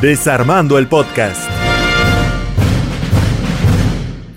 Desarmando el podcast.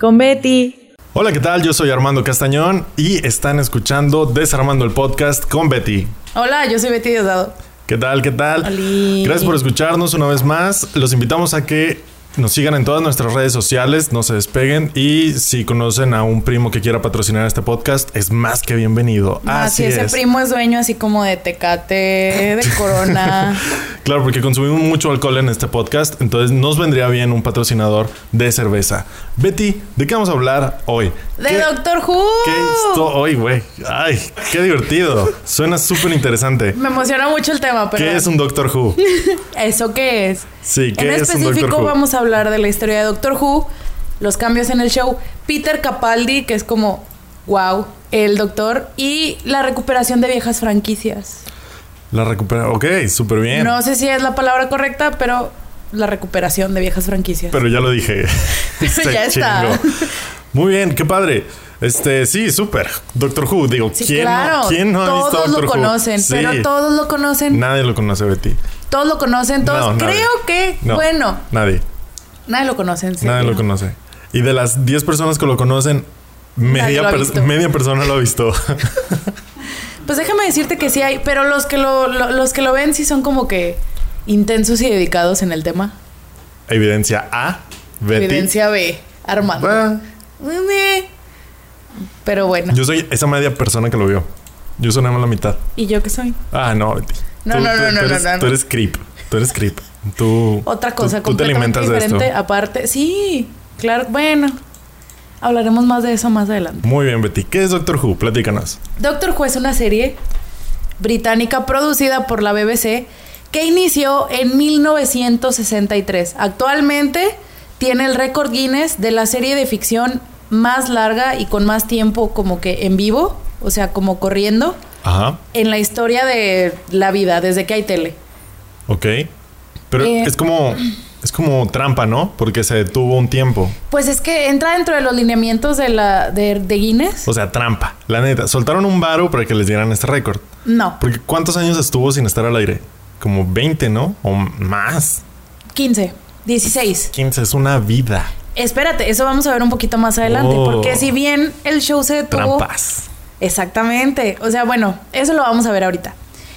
Con Betty. Hola, ¿qué tal? Yo soy Armando Castañón y están escuchando Desarmando el podcast con Betty. Hola, yo soy Betty Diosdado. ¿Qué tal? ¿Qué tal? Oli. Gracias por escucharnos una vez más. Los invitamos a que nos sigan en todas nuestras redes sociales, no se despeguen y si conocen a un primo que quiera patrocinar este podcast, es más que bienvenido. Así ese primo es dueño así como de Tecate, de Corona. Claro, porque consumimos mucho alcohol en este podcast, entonces nos vendría bien un patrocinador de cerveza. Betty, ¿de qué vamos a hablar hoy? de ¿Qué- Doctor Who. ¿Qué esto hoy, güey? Ay, qué divertido. Suena súper interesante. Me emociona mucho el tema, pero ¿Qué es un Doctor Who? ¿eso qué es? Sí, ¿qué en es un Doctor específico Who? vamos a hablar de la historia de Doctor Who, los cambios en el show, Peter Capaldi, que es como wow, el doctor y la recuperación de viejas franquicias. La recupera. Ok, súper bien. No sé si es la palabra correcta, pero la recuperación de viejas franquicias. Pero ya lo dije. Se Ya está. Muy bien, qué padre. Este, sí, súper. Doctor Who, digo, Sí, ¿quién, claro. no, quién no ha todos visto Doctor lo Who? conocen, Sí. pero todos lo conocen, Nadie lo conoce, Betty. todos lo conocen, todos. No, nadie. creo que, No, bueno, Nadie, nadie lo conoce. en serio. nadie lo conoce. Y de las 10 personas que lo conocen, Nadie media, lo ha per- visto. media persona lo ha visto. Pues déjame decirte que sí hay, pero los que lo, lo- los que lo ven sí son como que intensos y dedicados en el tema. Evidencia A, Betty. Evidencia B, Armando. Bueno, Meh. Pero bueno, Yo soy esa media persona que lo vio. Yo soy nada más la mitad. ¿y yo qué soy? Ah, no, Betty. No, no, no, no, no, eres, no, no. Tú eres creep. Tú eres creep. Tú. Otra cosa tú, tú te completamente alimentas de esto. diferente, aparte. Sí, claro, bueno. Hablaremos más de eso más adelante. Muy bien, Betty. ¿Qué es Doctor Who? Platícanos. Doctor Who es una serie británica producida por la BBC que inició en 1963. Actualmente tiene el récord Guinness de la serie de ficción más larga y con más tiempo como que en vivo, o sea, como corriendo, Ajá. en la historia de la vida, desde que hay tele. Ok. Pero Eh. es como. Es como trampa, ¿no? Porque se detuvo un tiempo. Pues es que entra dentro de los lineamientos de, la, de, de Guinness. O sea, trampa. La neta. Soltaron un varo para que les dieran este récord. No, Porque ¿cuántos años estuvo sin estar al aire? Como 20, ¿no? O más. 15, 16. 15 es una vida. Espérate, eso vamos a ver un poquito más adelante, Oh. porque si bien el show se detuvo... Trampas. Exactamente. O sea, bueno, eso lo vamos a ver ahorita.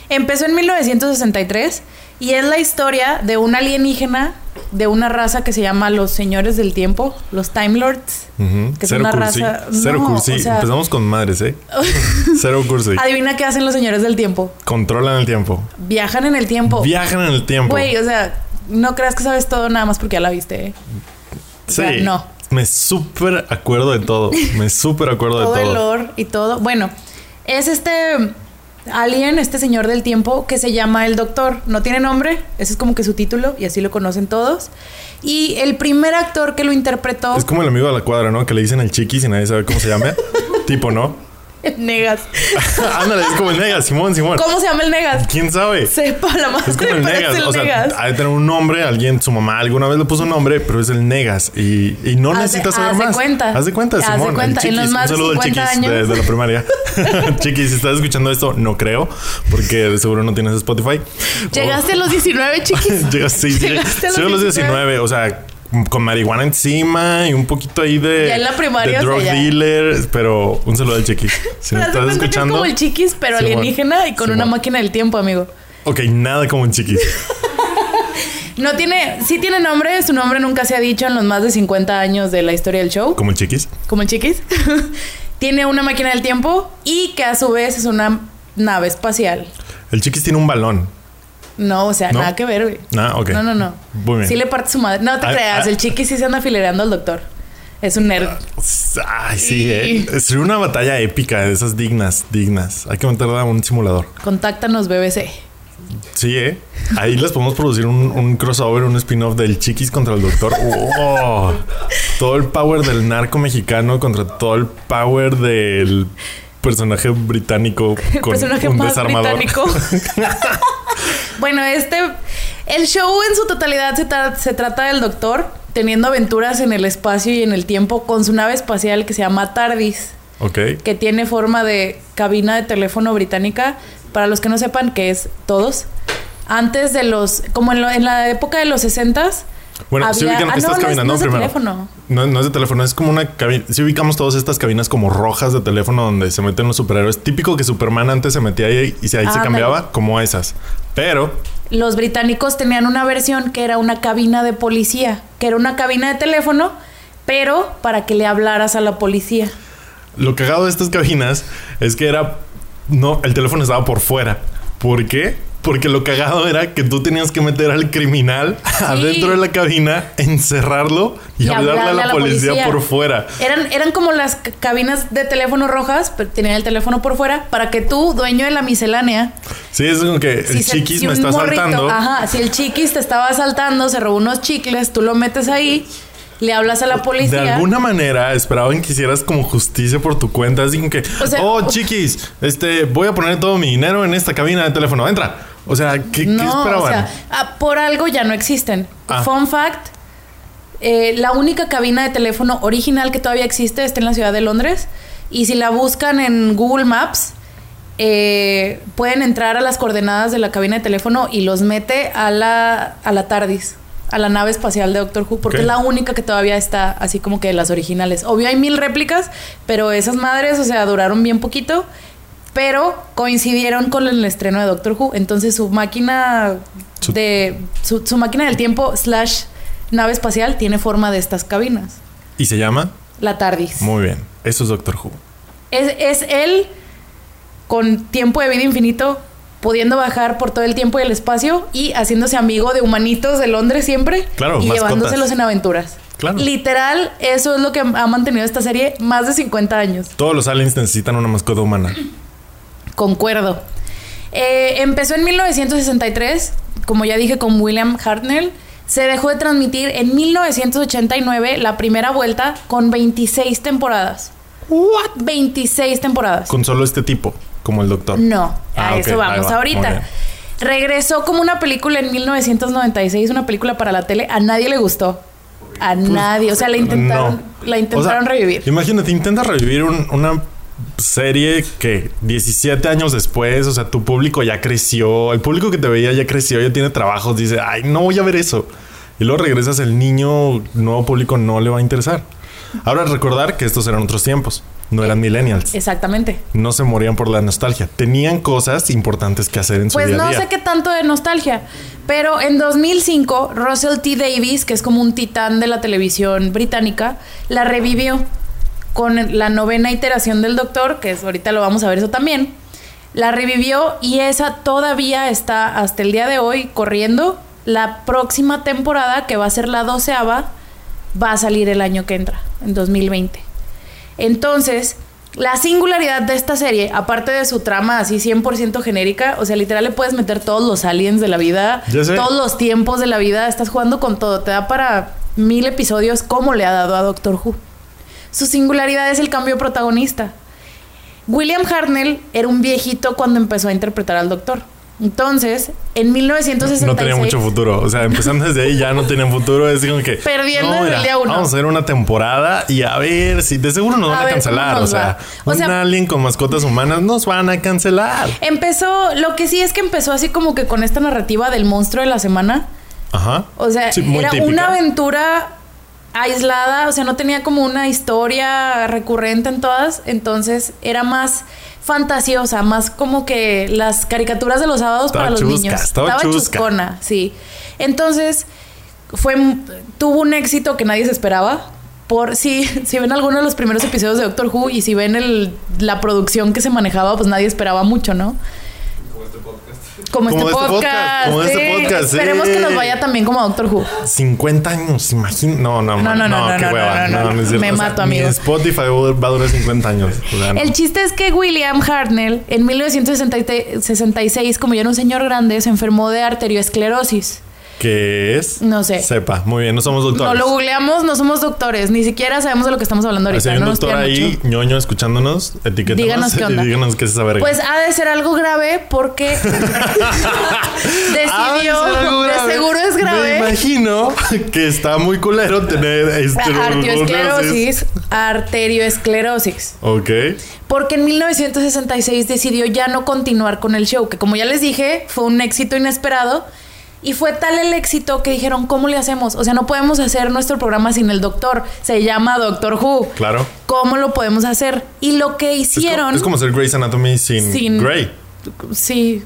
Empezó en 1963 y es la historia de un alienígena de una raza que se llama los señores del tiempo, los Time Lords, Ujú. que es Cero una cursi. raza. Cero No, cursi. o sea, Empezamos con madres, ¿eh? Cero cursi. Adivina qué hacen los señores del tiempo. Controlan el tiempo. Viajan en el tiempo. Viajan en el tiempo. Oh. Güey, o sea, no creas que sabes todo nada más porque ya la viste. ¿eh? sí. sea, no. Me súper acuerdo de todo. Me súper acuerdo de todo el todo. lore y todo. Bueno, es este alien, este señor del tiempo que se llama el Doctor. No tiene nombre, ese es como que su título y así lo conocen todos. Y el primer actor que lo interpretó, Es como el amigo de la cuadra, ¿no? Que le dicen el chiquis y nadie sabe cómo se llama. tipo, ¿no? Negas. Ándale, es como el nega, Simón, Simón. ¿Cómo se llama el Negas? ¿Quién sabe? Sepa la madre, Es como el pero es Negas. el o sea, Negas. ha de tener un nombre, alguien, su mamá alguna vez le puso un nombre, pero es el Negas. Y, y no Haz de- necesitas saber haz de más. cuenta. Haz de cuenta, Haz de Simón. el cuenta. En Chiquis. los más de un saludo al 50 Chiquis de, años. de la primaria. chiquis, si estás escuchando esto, no creo, porque de seguro no tienes Spotify. Llegaste a los 19, chiquis. O- Llegaste, sí, Llegaste a los soy a los 19. 19, o sea, con marihuana encima y un poquito ahí de. Ya en la primaria, De o drug sea, ya. dealer, pero un saludo al Chiquis. Si me estás Haz de cuenta que es escuchando. como el chiquis, pero Simón. alienígena y con una Simón. máquina del tiempo, amigo. Ok, nada como un Chiquis. No tiene, sí tiene nombre, su nombre nunca se ha dicho en los más de 50 años de la historia del show, Como el Chiquis. como el chiquis. tiene una máquina del tiempo y que a su vez es una nave espacial. El Chiquis tiene un balón. No, o sea, ¿No? nada que ver, güey. Ah, ok. No, no, no. Muy bien. Sí le parte su madre. No te Ah, creas, ah. el chiquis sí se anda filereando al doctor. Es un nerd. Pues, Ay, sí, eh. Sería una batalla épica de esas dignas, dignas. Hay que meterla a un simulador. Contáctanos, BBC. Sí, eh. Ahí les podemos producir un, un crossover, un spin-off del Chiquis contra el Doctor. ¡Oh! Todo el power del narco mexicano contra todo el power del personaje británico El con personaje un más desarmador. británico. bueno, este. El show en su totalidad se, tra- se trata del doctor teniendo aventuras en el espacio y en el tiempo con su nave espacial que se llama TARDIS, Ok. que tiene forma de cabina de teléfono británica. Para los que no sepan, que es todos. antes de los, como en, lo- en la época de los 60 Bueno, si ubican ah, estas no, no es- cabinas, no es de primero. teléfono. No, no es de teléfono, es como una cabina. Si ubicamos todas estas cabinas como rojas de teléfono donde se meten los superhéroes, típico que Superman antes se metía ahí y se, ahí se Ah, Ándale. cambiaba, como a esas. Pero los británicos tenían una versión que era una cabina de policía, que era una cabina de teléfono, pero para que le hablaras a la policía. lo cagado de estas cabinas es que era. No, el teléfono estaba por fuera. ¿Por qué? Porque lo cagado era que tú tenías que meter al criminal adentro de la cabina, encerrarlo y, hablarle, a la, policía, por fuera. Eran, eran como las c- cabinas de teléfono rojas, pero tenían el teléfono por fuera, para que tú, dueño de la miscelánea, Sí, es como que el se- chiquis si me un está morrito- saltando. Ajá, si el chiquis te estaba asaltando, se robó unos chicles, tú lo metes ahí, le hablas a la policía. De alguna manera esperaban que hicieras como justicia por tu cuenta, así como que, O sea, oh chiquis, este, voy a poner todo mi dinero en esta cabina de teléfono, entra. O sea, ¿qué, qué No, esperaban? o sea, ah, por algo ya no existen. Ah. Fun fact: eh, la única cabina de teléfono original que todavía existe está en la ciudad de Londres. Y si la buscan en Google Maps, eh, pueden entrar a las coordenadas de la cabina de teléfono y los mete a la, a la TARDIS, a la nave espacial de Doctor Who, porque Ok. es la única que todavía está así como que de las originales. Obvio hay mil réplicas, pero esas madres, o sea, duraron bien poquito. Pero coincidieron con el estreno de Doctor Who. Entonces su máquina Su- de. su, su máquina del tiempo slash nave espacial tiene forma de estas cabinas. Y se llama, La TARDIS. muy bien, eso es Doctor Who. Es, es él con tiempo de vida infinito, pudiendo bajar por todo el tiempo y el espacio y haciéndose amigo de humanitos de Londres siempre. Claro, y mascotas. llevándoselos en aventuras. Claro. Literal, eso es lo que ha mantenido esta serie más de 50 años. Todos los aliens necesitan una mascota humana. Concuerdo. Eh, empezó en 1963, como ya dije, con William Hartnell. Se dejó de transmitir en 1989 la primera vuelta con 26 temporadas. ¿What? 26 temporadas. Con solo este tipo, como el doctor. No, Ah, a ok, eso vamos ahí va, muy bien. ahorita. Regresó como una película en 1996, una película para la tele. A nadie le gustó. A nadie. O sea, la intentaron, Pues, No. la O intentaron sea, revivir. Imagínate, intentas revivir un- una serie que 17 años después, o sea, tu público ya creció, el público que te veía ya creció, ya tiene trabajos, dice, ay, no voy a ver eso. Y luego regresas, el niño, nuevo público no le va a interesar. Ahora recordar que estos eran otros tiempos, no eran millennials. Exactamente. No se morían por la nostalgia. Tenían cosas importantes que hacer en su Pues día a no día. sé qué tanto de nostalgia. Pero en 2005, Russell T. Davies, que es como un titán de la televisión británica, la revivió con la novena iteración del Doctor, que es, ahorita lo vamos a ver eso también. La revivió y esa todavía está hasta el día de hoy corriendo. La próxima temporada, que va a ser la doceava, va a salir el año que entra, en 2020. Entonces, la singularidad de esta serie, aparte de su trama así 100% genérica, o sea, literal le puedes meter todos los aliens de la vida, Ya sé. todos los tiempos de la vida, estás jugando con todo, te da para mil episodios como le ha dado a Doctor Who. Su singularidad es el cambio de protagonista. William Hartnell era un viejito cuando empezó a interpretar al doctor. Entonces, en 1966... No tenía mucho futuro. O sea, empezando desde ahí ya no tenían futuro. Es como que. Perdiendo no, desde mira, el día uno". Vamos a hacer una temporada y a ver si de seguro nos A van a, ver cómo cancelar. nos O sea, va. O un sea- alien con mascotas humanas nos van a cancelar. Empezó, lo que sí es que empezó así como que con esta narrativa del monstruo de la semana. Ajá. O sea, Sí, muy era típica. una aventura aislada, o sea, no tenía como una historia recurrente en todas, entonces era más fantasiosa, más como que las caricaturas de los sábados Estaba para los chusca, niños. estaba chusca. chuscona, sí. Entonces, fue m- tuvo un éxito que nadie se esperaba. Por si, si ven alguno de los primeros episodios de Doctor Who y si ven el, la producción que se manejaba, pues nadie esperaba mucho, ¿no? Como este podcast. Como este podcast. como este sí. podcast, sí. Esperemos que nos vaya también como a Doctor Who. 50 años, imagina. No, no, No, man, no, no, no, qué no, hueva. no, no, es no. cierto. Me O sea, mato, ni amigo. Spotify va a durar 50 años. O sea, no. El chiste es que William Hartnell, en 1966, como ya era un señor grande, se enfermó de arterioesclerosis. ¿Qué es? No sé. Sepa. Muy bien, no somos doctores. No lo googleamos, no somos doctores, ni siquiera sabemos de lo que estamos hablando Si ahorita. hay un no nos doctor pidan ahí, mucho. ñoño, escuchándonos, etiquétanos Díganos qué onda. y díganos qué es esa verga. Pues ha de ser algo grave porque decidió, Ah, es algo de grave. seguro es Me grave, imagino que está muy culero tener Arterioesclerosis. Arterioesclerosis. Ok. Porque en 1966 decidió ya no continuar con el show, que como ya les dije, fue un éxito inesperado. Y fue tal el éxito que dijeron, ¿cómo le hacemos? O sea, no podemos hacer nuestro programa sin el doctor. Se llama Doctor Who. Claro. ¿Cómo lo podemos hacer? Y lo que hicieron... Es como, es como hacer Grey's Anatomy sin, Sin- Grey. Sí,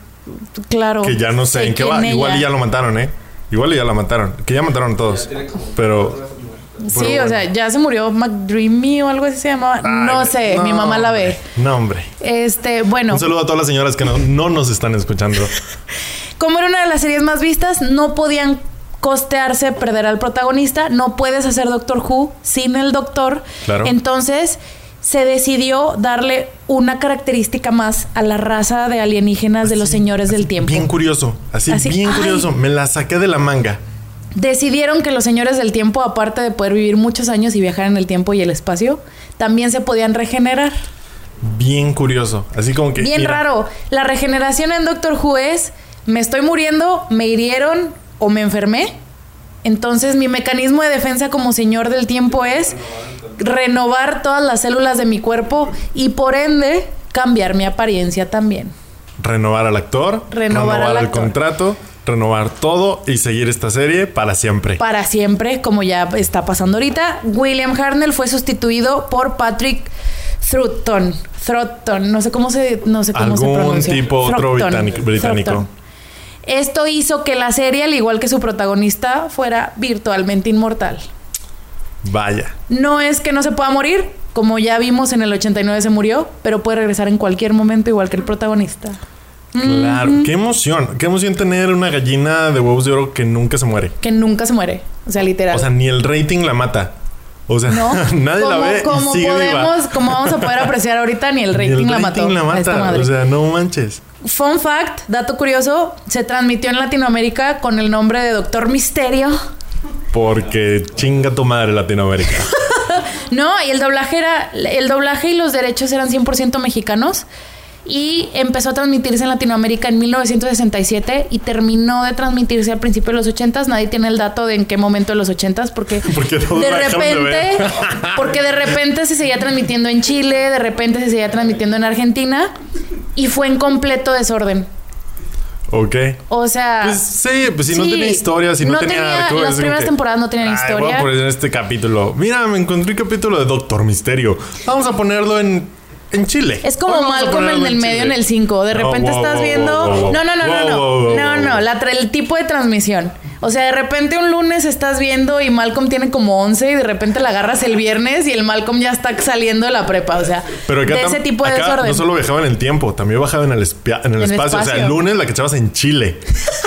claro. Que ya no sé en qué va. quién Igual y ella. ya lo mataron, ¿eh? Igual y ya la mataron. Que ya mataron a todos. Pero. Sí, Pero o sea, bueno. ya se murió McDreamy o algo así se llamaba. no Ay, sé, mi mamá la ve. hombre, No, hombre. Este, bueno, Un saludo a todas las señoras que no, no nos están escuchando. como era una de las series más vistas, no podían costearse perder al protagonista. No puedes hacer Doctor Who sin el doctor. Claro. Entonces se decidió darle una característica más a la raza de alienígenas de los señores del tiempo. Bien curioso. Así, Así, bien ay. curioso. Me la saqué de la manga. Decidieron que los señores del tiempo, aparte de poder vivir muchos años y viajar en el tiempo y el espacio, también se podían regenerar. Bien curioso. Así como que. Bien mira, raro. La regeneración en Doctor Who es, me estoy muriendo, me hirieron o me enfermé. Entonces mi mecanismo de defensa como señor del tiempo es renovar todas las células de mi cuerpo y por ende cambiar mi apariencia también. Renovar al actor. Renovar al el actor. contrato. Renovar todo y seguir esta serie para siempre. Para siempre, como ya está pasando ahorita, William Hartnell fue sustituido por Patrick Troughton. Troughton, no sé cómo se, no sé cómo se Algún pronuncia. tipo otro Troughton, británico- británico. Troughton. Esto hizo que la serie, al igual que su protagonista, fuera virtualmente inmortal. Vaya. No es que no se pueda morir, como ya vimos en el 89 se murió, pero puede regresar en cualquier momento igual que el protagonista. Claro. Qué emoción. Qué emoción tener una gallina de huevos de oro que nunca se muere. Que nunca se muere, o sea, literal. O sea, ni el rating la mata. O sea, ¿no? nadie la Como- ve. y Como sigue viva. podemos, como vamos a poder apreciar ahorita, ni el Ni rating, el la mató. rating la a esta mata. madre. O sea, no manches. Fun fact, dato curioso, se transmitió en Latinoamérica con el nombre de Doctor Misterio. Porque chinga tu madre Latinoamérica. No, y el doblaje era, el doblaje y los derechos eran 100% mexicanos. Y empezó a transmitirse en Latinoamérica en 1967 y terminó de transmitirse al principio de los 80s. Nadie tiene el dato de en qué momento de los 80s porque Porque todos de la dejaron de repente, ver. porque de repente se seguía transmitiendo en Chile, de repente se seguía transmitiendo en Argentina y fue en completo desorden. ok. O sea, Pues sí, pues si no sí, tenía historia, si no, tenía, arco, es las como primeras que, temporadas no tenían "Ay, Voy a historia. poner este capítulo. Mira, me encontré un capítulo de Doctor Misterio. Vamos a ponerlo en, en Chile. Es Hoy como vamos a Malcolm ponerlo en el medio, Chile. en el 5. De No, repente Ah, wow, estás wow, viendo. wow, wow, No, no, no, wow, no, wow, no. wow, no, wow, no. wow. La tra- el tipo de transmisión. O sea, de repente un lunes estás viendo y Malcolm tiene como 11 y de repente la agarras el viernes y el Malcolm ya está saliendo de la prepa. O sea, Pero acá de ese tam- tipo de acá desorden. No solo viajaba en el tiempo, también bajaba en el, espia- en el En el espacio. O sea, el espacio. lunes la cachabas en Chile.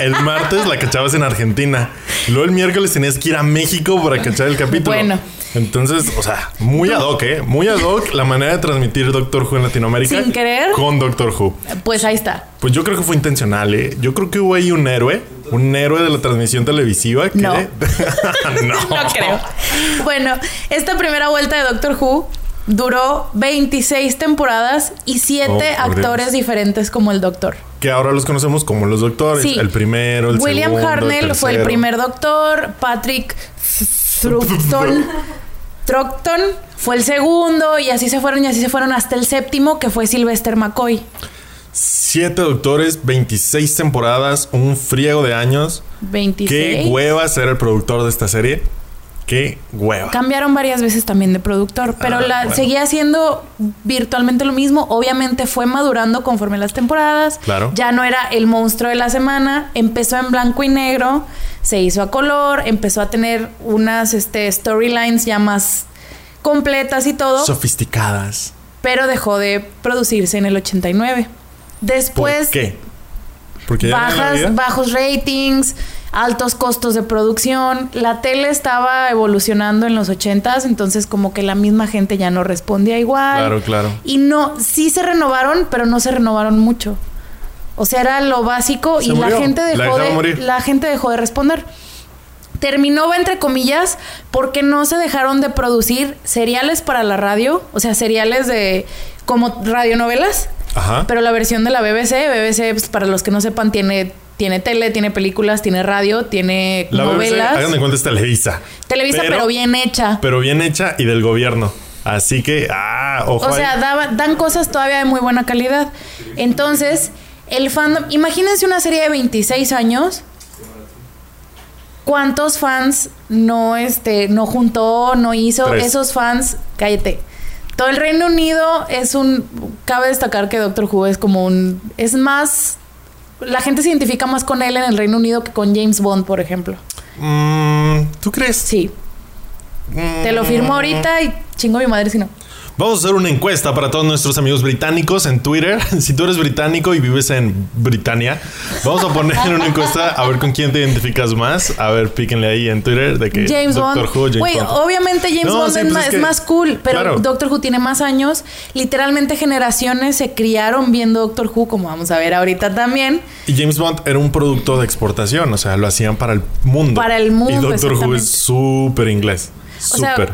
El martes la cachabas en Argentina. Luego el miércoles tenías que ir a México para cachar el capítulo. Bueno. Entonces, o sea, muy ad hoc, ¿eh? Muy ad hoc la manera de transmitir Doctor Who en Latinoamérica. Sin querer. Con Doctor Who. Pues ahí está. Pues yo creo que fue intencional, ¿eh? Yo creo que hubo ahí un héroe. Un héroe de la transmisión televisiva que... No. no. No creo. Bueno, esta primera vuelta de Doctor Who duró 26 temporadas y 7 Oh, por actores Dios. diferentes como el Doctor. Que ahora los conocemos como los doctores. Sí. El primero, el William segundo, el Harnell fue el tercero. primer doctor, Patrick Troughton Troughton fue el segundo y así se fueron y así se fueron hasta el séptimo que fue Sylvester McCoy. Siete doctores, 26 temporadas, un friego de años. 26. Qué hueva ser el productor de esta serie. Qué hueva. Cambiaron varias veces también de productor, pero Ah, la bueno. seguía haciendo virtualmente lo mismo. Obviamente fue madurando conforme las temporadas. Claro. Ya no era el monstruo de la semana. Empezó en blanco y negro, se hizo a color, empezó a tener unas este, storylines ya más completas y todo, Sofisticadas. pero dejó de producirse en el 89. ¿Por Después, qué? Porque ya no había Pues, bajas, vida. bajos ratings, altos costos de producción. La tele estaba evolucionando en los 80s, entonces como que la misma gente ya no respondía igual. Claro, claro. Y no, sí se renovaron, pero no se renovaron mucho. O sea, era lo básico Se y murió. la gente La dejó dejaron de morir. la gente dejó de responder. Terminó entre comillas porque no se dejaron de producir seriales para la radio, o sea, seriales de como radionovelas. Ajá. Pero la versión de la BBC, BBC, pues, para los que no sepan, tiene Tiene tele, tiene películas, tiene radio, tiene La BBC, novelas. hagan de cuenta, es Televisa. Televisa, pero, bien hecha. Pero bien hecha y del gobierno. Así que, ah, ojo. o sea, ahí. daba- dan cosas todavía de muy buena calidad. Entonces, el fandom. Imagínense una serie de 26 años. ¿Cuántos fans no, este, no juntó, no hizo? Tres. Esos fans, cállate. Todo el Reino Unido es un. Cabe destacar que Doctor Who es como un. Es más. La gente se identifica más con él en el Reino Unido que con James Bond, por ejemplo. Mm, ¿Tú crees? Sí. Mm. Te lo firmo ahorita y chingo a mi madre si no. Vamos a hacer una encuesta para todos nuestros amigos británicos en Twitter. Si tú eres británico y vives en Britania, vamos a poner una encuesta a ver con quién te identificas más. A ver, píquenle ahí en Twitter de que James Doctor Bond. oh. Who, James Güey, Bond. obviamente James No, Bond sí, es, pues más, es que- es más cool, pero claro. Doctor Who tiene más años. Literalmente generaciones se criaron viendo Doctor Who, como vamos a ver ahorita también. Y James Bond era un producto de exportación, o sea, lo hacían para el mundo. Para el Y mundo, Doctor Who exactamente. es súper inglés. O sea, Súper.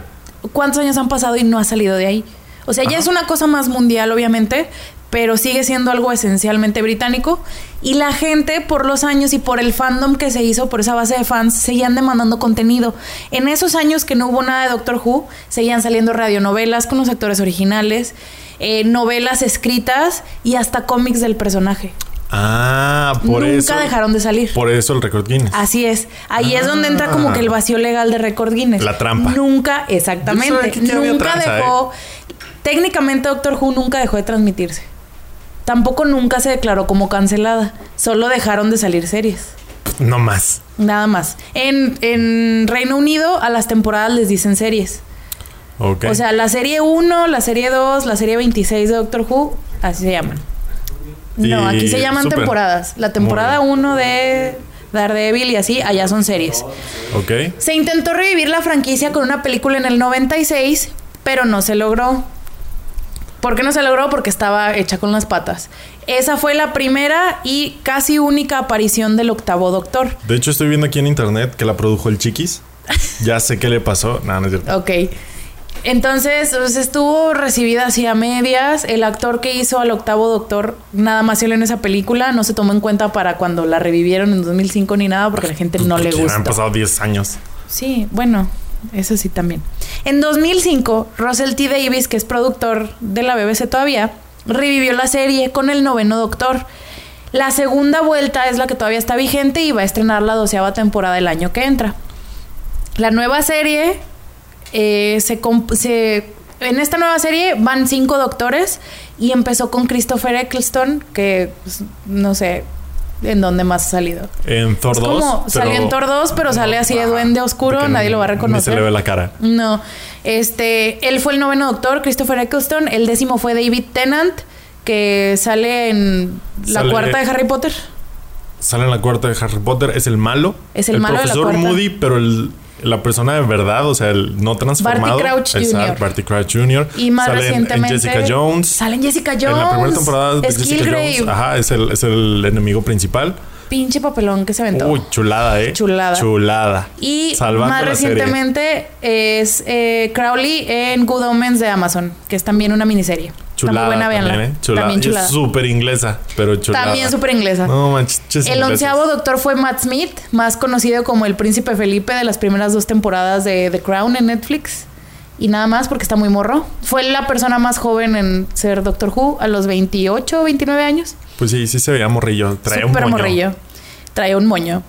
¿cuántos años han pasado y no ha salido de ahí? O sea, ya Ajá. es una cosa más mundial, obviamente, pero sigue siendo algo esencialmente británico. Y la gente, por los años y por el fandom que se hizo, por esa base de fans, seguían demandando contenido. En esos años que no hubo nada de Doctor Who, seguían saliendo radionovelas con los actores originales, eh, novelas escritas y hasta cómics del personaje. Ah, por Nunca eso. dejaron Ah. de salir. Por eso el récord Guinness. Así es. Ahí es donde entra Ah. como que el vacío legal de Record Guinness. La trampa. Yo Nunca, sabía exactamente. que aquí había nunca tranza, ¿eh? dejó. Técnicamente, Doctor Who nunca dejó de transmitirse. Tampoco nunca se declaró como cancelada. Solo dejaron de salir series. No más. Nada más. En, en Reino Unido, a las temporadas les dicen series. Ok. O sea, la serie 1, la serie 2, la serie 26 de Doctor Who, así se llaman. No, Y aquí se llaman súper. temporadas. La Muy temporada bien. 1 de Daredevil y así, allá son series. ok. Se intentó revivir la franquicia con una película en el 96, pero no se logró. ¿Por qué no se logró? Porque estaba hecha con las patas. Esa fue la primera y casi única aparición del octavo doctor. De hecho, estoy viendo aquí en internet que la produjo el Chiquis. Ya sé qué le pasó. Nada, no es cierto. Ok. Entonces, pues, estuvo recibida así a medias. El actor que hizo al octavo doctor nada más salió en esa película. No se tomó en cuenta para cuando la revivieron en 2005 ni nada porque a la gente no le Ya gusta. Han pasado 10 años. Sí, bueno, eso sí también. En 2005, Russell T. Davis, que es productor de la BBC todavía, revivió la serie con el noveno Doctor. La segunda vuelta es la que todavía está vigente y va a estrenar la doceava temporada el año que entra. La nueva serie eh, se, comp- se- en esta nueva serie van cinco doctores y empezó con Christopher Eccleston, que pues, no sé en dónde más ha salido. En Thor Es 2. como salió en Thor 2, pero sale así de Ajá. duende oscuro, Porque nadie lo va a ni- Ni reconocer. se le ve la cara. No, este, él fue el noveno doctor, Christopher Eccleston, el décimo fue David Tennant, que sale en la Sale- cuarta de Harry Potter. Sale en la cuarta de Harry Potter. Es el malo. Es el malo de la profesor cuarta. Moody, pero el- la persona de verdad, o sea, el no transformado. Crouch es a- Jr.. Barty Crouch Jr. Y más Sale en- recientemente En, Jessica Jones. Sale en Jessica Jones. En la primera temporada de es Jessica Kilgrave. Jones. Ajá, es el, es el enemigo principal. Pinche papelón que se aventó. Uy, chulada, eh. Chulada. Chulada. y Salvando más la serie. recientemente es eh, Crowley en Good Omens de Amazon, que es también una miniserie. Chulada. Está muy buena, véanla. También, ¿eh? Chulada. También Y chulada. Es súper inglesa, pero chulada. También súper inglesa. No manches. El ingleses. onceavo doctor fue Matt Smith, más conocido como el príncipe Felipe de las primeras dos temporadas de The Crown en Netflix. Y nada más porque está muy morro. Fue la persona más joven en ser Doctor Who a los 28 o 29 años. Pues sí, sí se veía morrillo. Trae un Súper moño. morrillo. Trae un moño.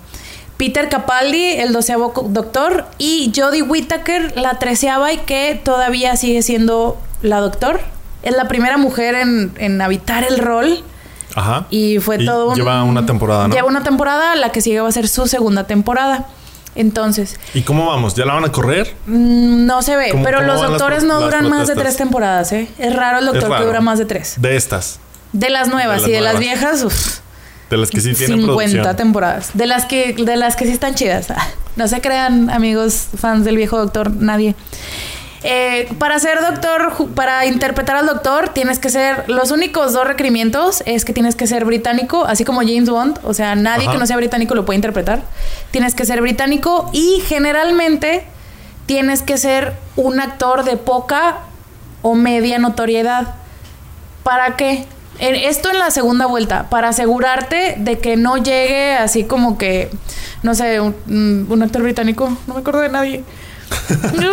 Peter Capaldi, el doceavo co- doctor. Y Jodie Whittaker, la treceava y que todavía sigue siendo la doctor. Es la primera mujer en, en habitar el rol. Ajá. Y fue todo un- Lleva una temporada, ¿no? Lleva una temporada, la que sigue va a ser su segunda temporada. Entonces, ¿Y cómo vamos? ¿Ya la van a correr? mm, no se ve, ¿Cómo- pero cómo los van las doctores pro- no las duran más de protestas? tres temporadas, ¿eh? Es raro el Es doctor raro. que dura más de tres. De estas. De las nuevas las y de las nuevas. viejas, uf, De las que sí tienen 50 producción. temporadas. De las que de las que sí están chidas. Ah, No se crean, amigos fans del viejo doctor, nadie. Eh, para ser doctor, ju- para interpretar al doctor, tienes que ser. Los únicos dos requerimientos es que tienes que ser británico, así como James Bond. O sea, nadie Ajá. que no sea británico lo puede interpretar. Tienes que ser británico y generalmente tienes que ser un actor de poca o media notoriedad. ¿Para qué? En- Esto en la segunda vuelta, para asegurarte de que no llegue así como que, no sé, un, mm, un actor británico, no me acuerdo de nadie. No,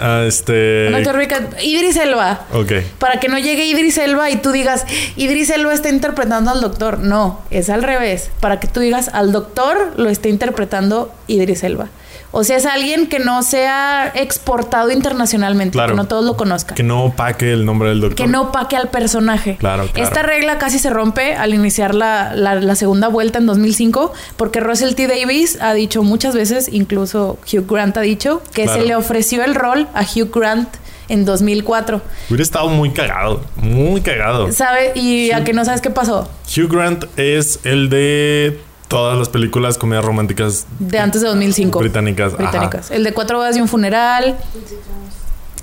Ah, este. un actor británico, Idris Elba. Ok. Para que no llegue Idris Elba y tú digas, Idris Elba está interpretando al doctor. No, es al revés. Para que tú digas, al doctor lo está interpretando Idris Elba. O sea, es alguien que no sea exportado internacionalmente, Claro. que no todos lo conozcan. Que no opaque el nombre del doctor. Que no paque al personaje. Claro, claro. Esta regla casi se rompe al iniciar la, la- la segunda vuelta en 2005, porque Russell T. Davis ha dicho muchas veces, incluso Hugh Grant ha dicho, que Claro. se le ofreció el rol a Hugh Grant en 2004. Hubiera estado muy cagado. Muy cagado. ¿Sabe? Y a que no sabes qué pasó Hugh Grant es el de todas las películas comedias románticas de antes de 2005. británicas. Ajá. Británicas. El de Cuatro bodas y un funeral.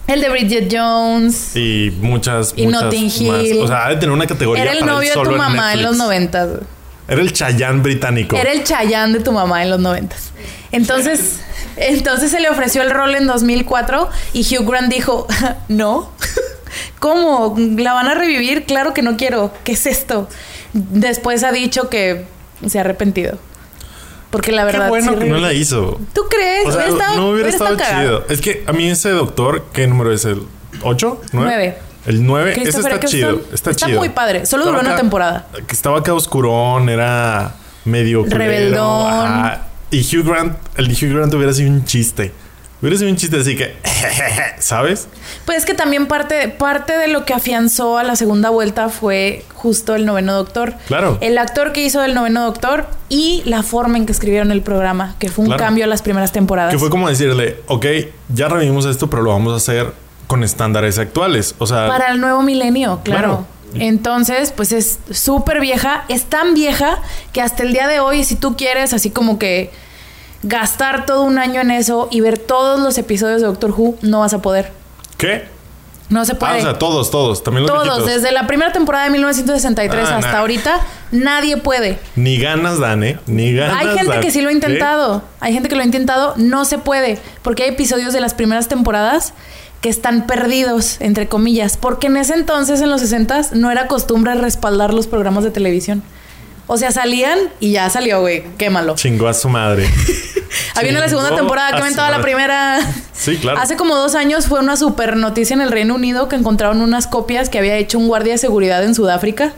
El de Bridget Jones. Y muchas, Y muchas Notting más. Hill. O sea, ha de tener una categoría Era el para novio de solo tu mamá en Netflix. los 90. Era el Chayán británico. Era el chayán de tu mamá en los noventas. Entonces, entonces se le ofreció el rol en 2004 y Hugh Grant dijo, no, ¿cómo? ¿La van a revivir? Claro que no quiero. ¿Qué es esto? Después ha dicho que se ha arrepentido. Porque la verdad... Qué bueno sí que no revivió. la hizo. ¿Tú crees? O sea, no hubiera estado cagado. chido. Es que a mí ese doctor, ¿qué número es? ¿El 8? ¿9? Nueve. El 9, ese Christopher está Eccleston chido. Está, está chido. muy padre. Solo duró acá- una temporada. Que estaba acá oscurón, era medio culero, Rebeldón. ajá. Y Hugh Grant, el de Hugh Grant hubiera sido un chiste. Hubiera sido un chiste así que, ¿sabes? Pues es que también parte, parte de lo que afianzó a la segunda vuelta fue justo el noveno doctor. Claro. El actor que hizo el noveno doctor y la forma en que escribieron el programa, que fue un Claro. cambio a las primeras temporadas. Que fue como decirle, ok, ya revivimos esto, pero lo vamos a hacer con estándares actuales. O sea, Para el nuevo milenio, claro. Claro. Entonces, pues es súper vieja, es tan vieja que hasta el día de hoy, si tú quieres, así como que gastar todo un año en eso y ver todos los episodios de Doctor Who, no vas a poder. ¿qué? No se puede. Ah, o sea, todos, todos. También los Todos, viejitos. desde la primera temporada de 1963 Ah, hasta nah. ahorita, nadie puede. Ni ganas dan, ¿eh? Ni ganas Hay gente dan. que sí lo ha ¿Qué? intentado, hay gente que lo ha intentado, no se puede, porque hay episodios de las primeras temporadas que están perdidos, entre comillas, porque en ese entonces, en los 60 no era costumbre respaldar los programas de televisión. O sea, salían y ya salió, güey, quémalo. Chingó a su madre. Ahí Ah, viene la segunda Chingó temporada, a que su toda la madre. primera. Ah, Sí, claro. Hace como dos años fue una super noticia en el Reino Unido que encontraron unas copias que había hecho un guardia de seguridad en Sudáfrica.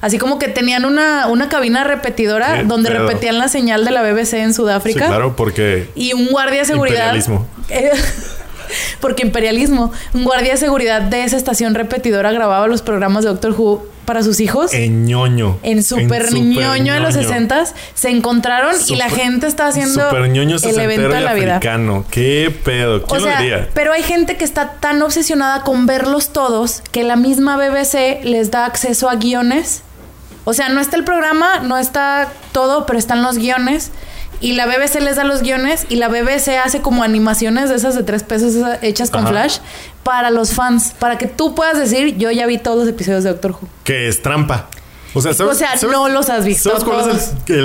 Así como que tenían una, una cabina repetidora Qué donde pedo. repetían la señal de la BBC en Sí, Sudáfrica. claro, porque Y un guardia de seguridad. Imperialismo. Eh, Porque imperialismo. Un guardia de seguridad de esa estación repetidora grababa los programas de Doctor Who para sus hijos. en ñoño. En super, ñoño de los 60 se encontraron y la Súper- gente estaba haciendo Super ñoño el evento de la vida. africano. Qué pedo. O ¿Quién sea, lo diría? pero hay gente que está tan obsesionada con verlos todos que la misma BBC les da acceso a guiones. O sea, no está el programa, no está todo, pero están los guiones. Y la BBC les da los guiones y la BBC hace como animaciones de esas de tres pesos esas hechas con Ajá. flash para los fans, para que tú puedas decir, yo ya vi todos los episodios de Doctor Who. Que es trampa. O sea, ¿sabes, o sea, sabes- no los has visto. ¿Sabes cuál todos. es el,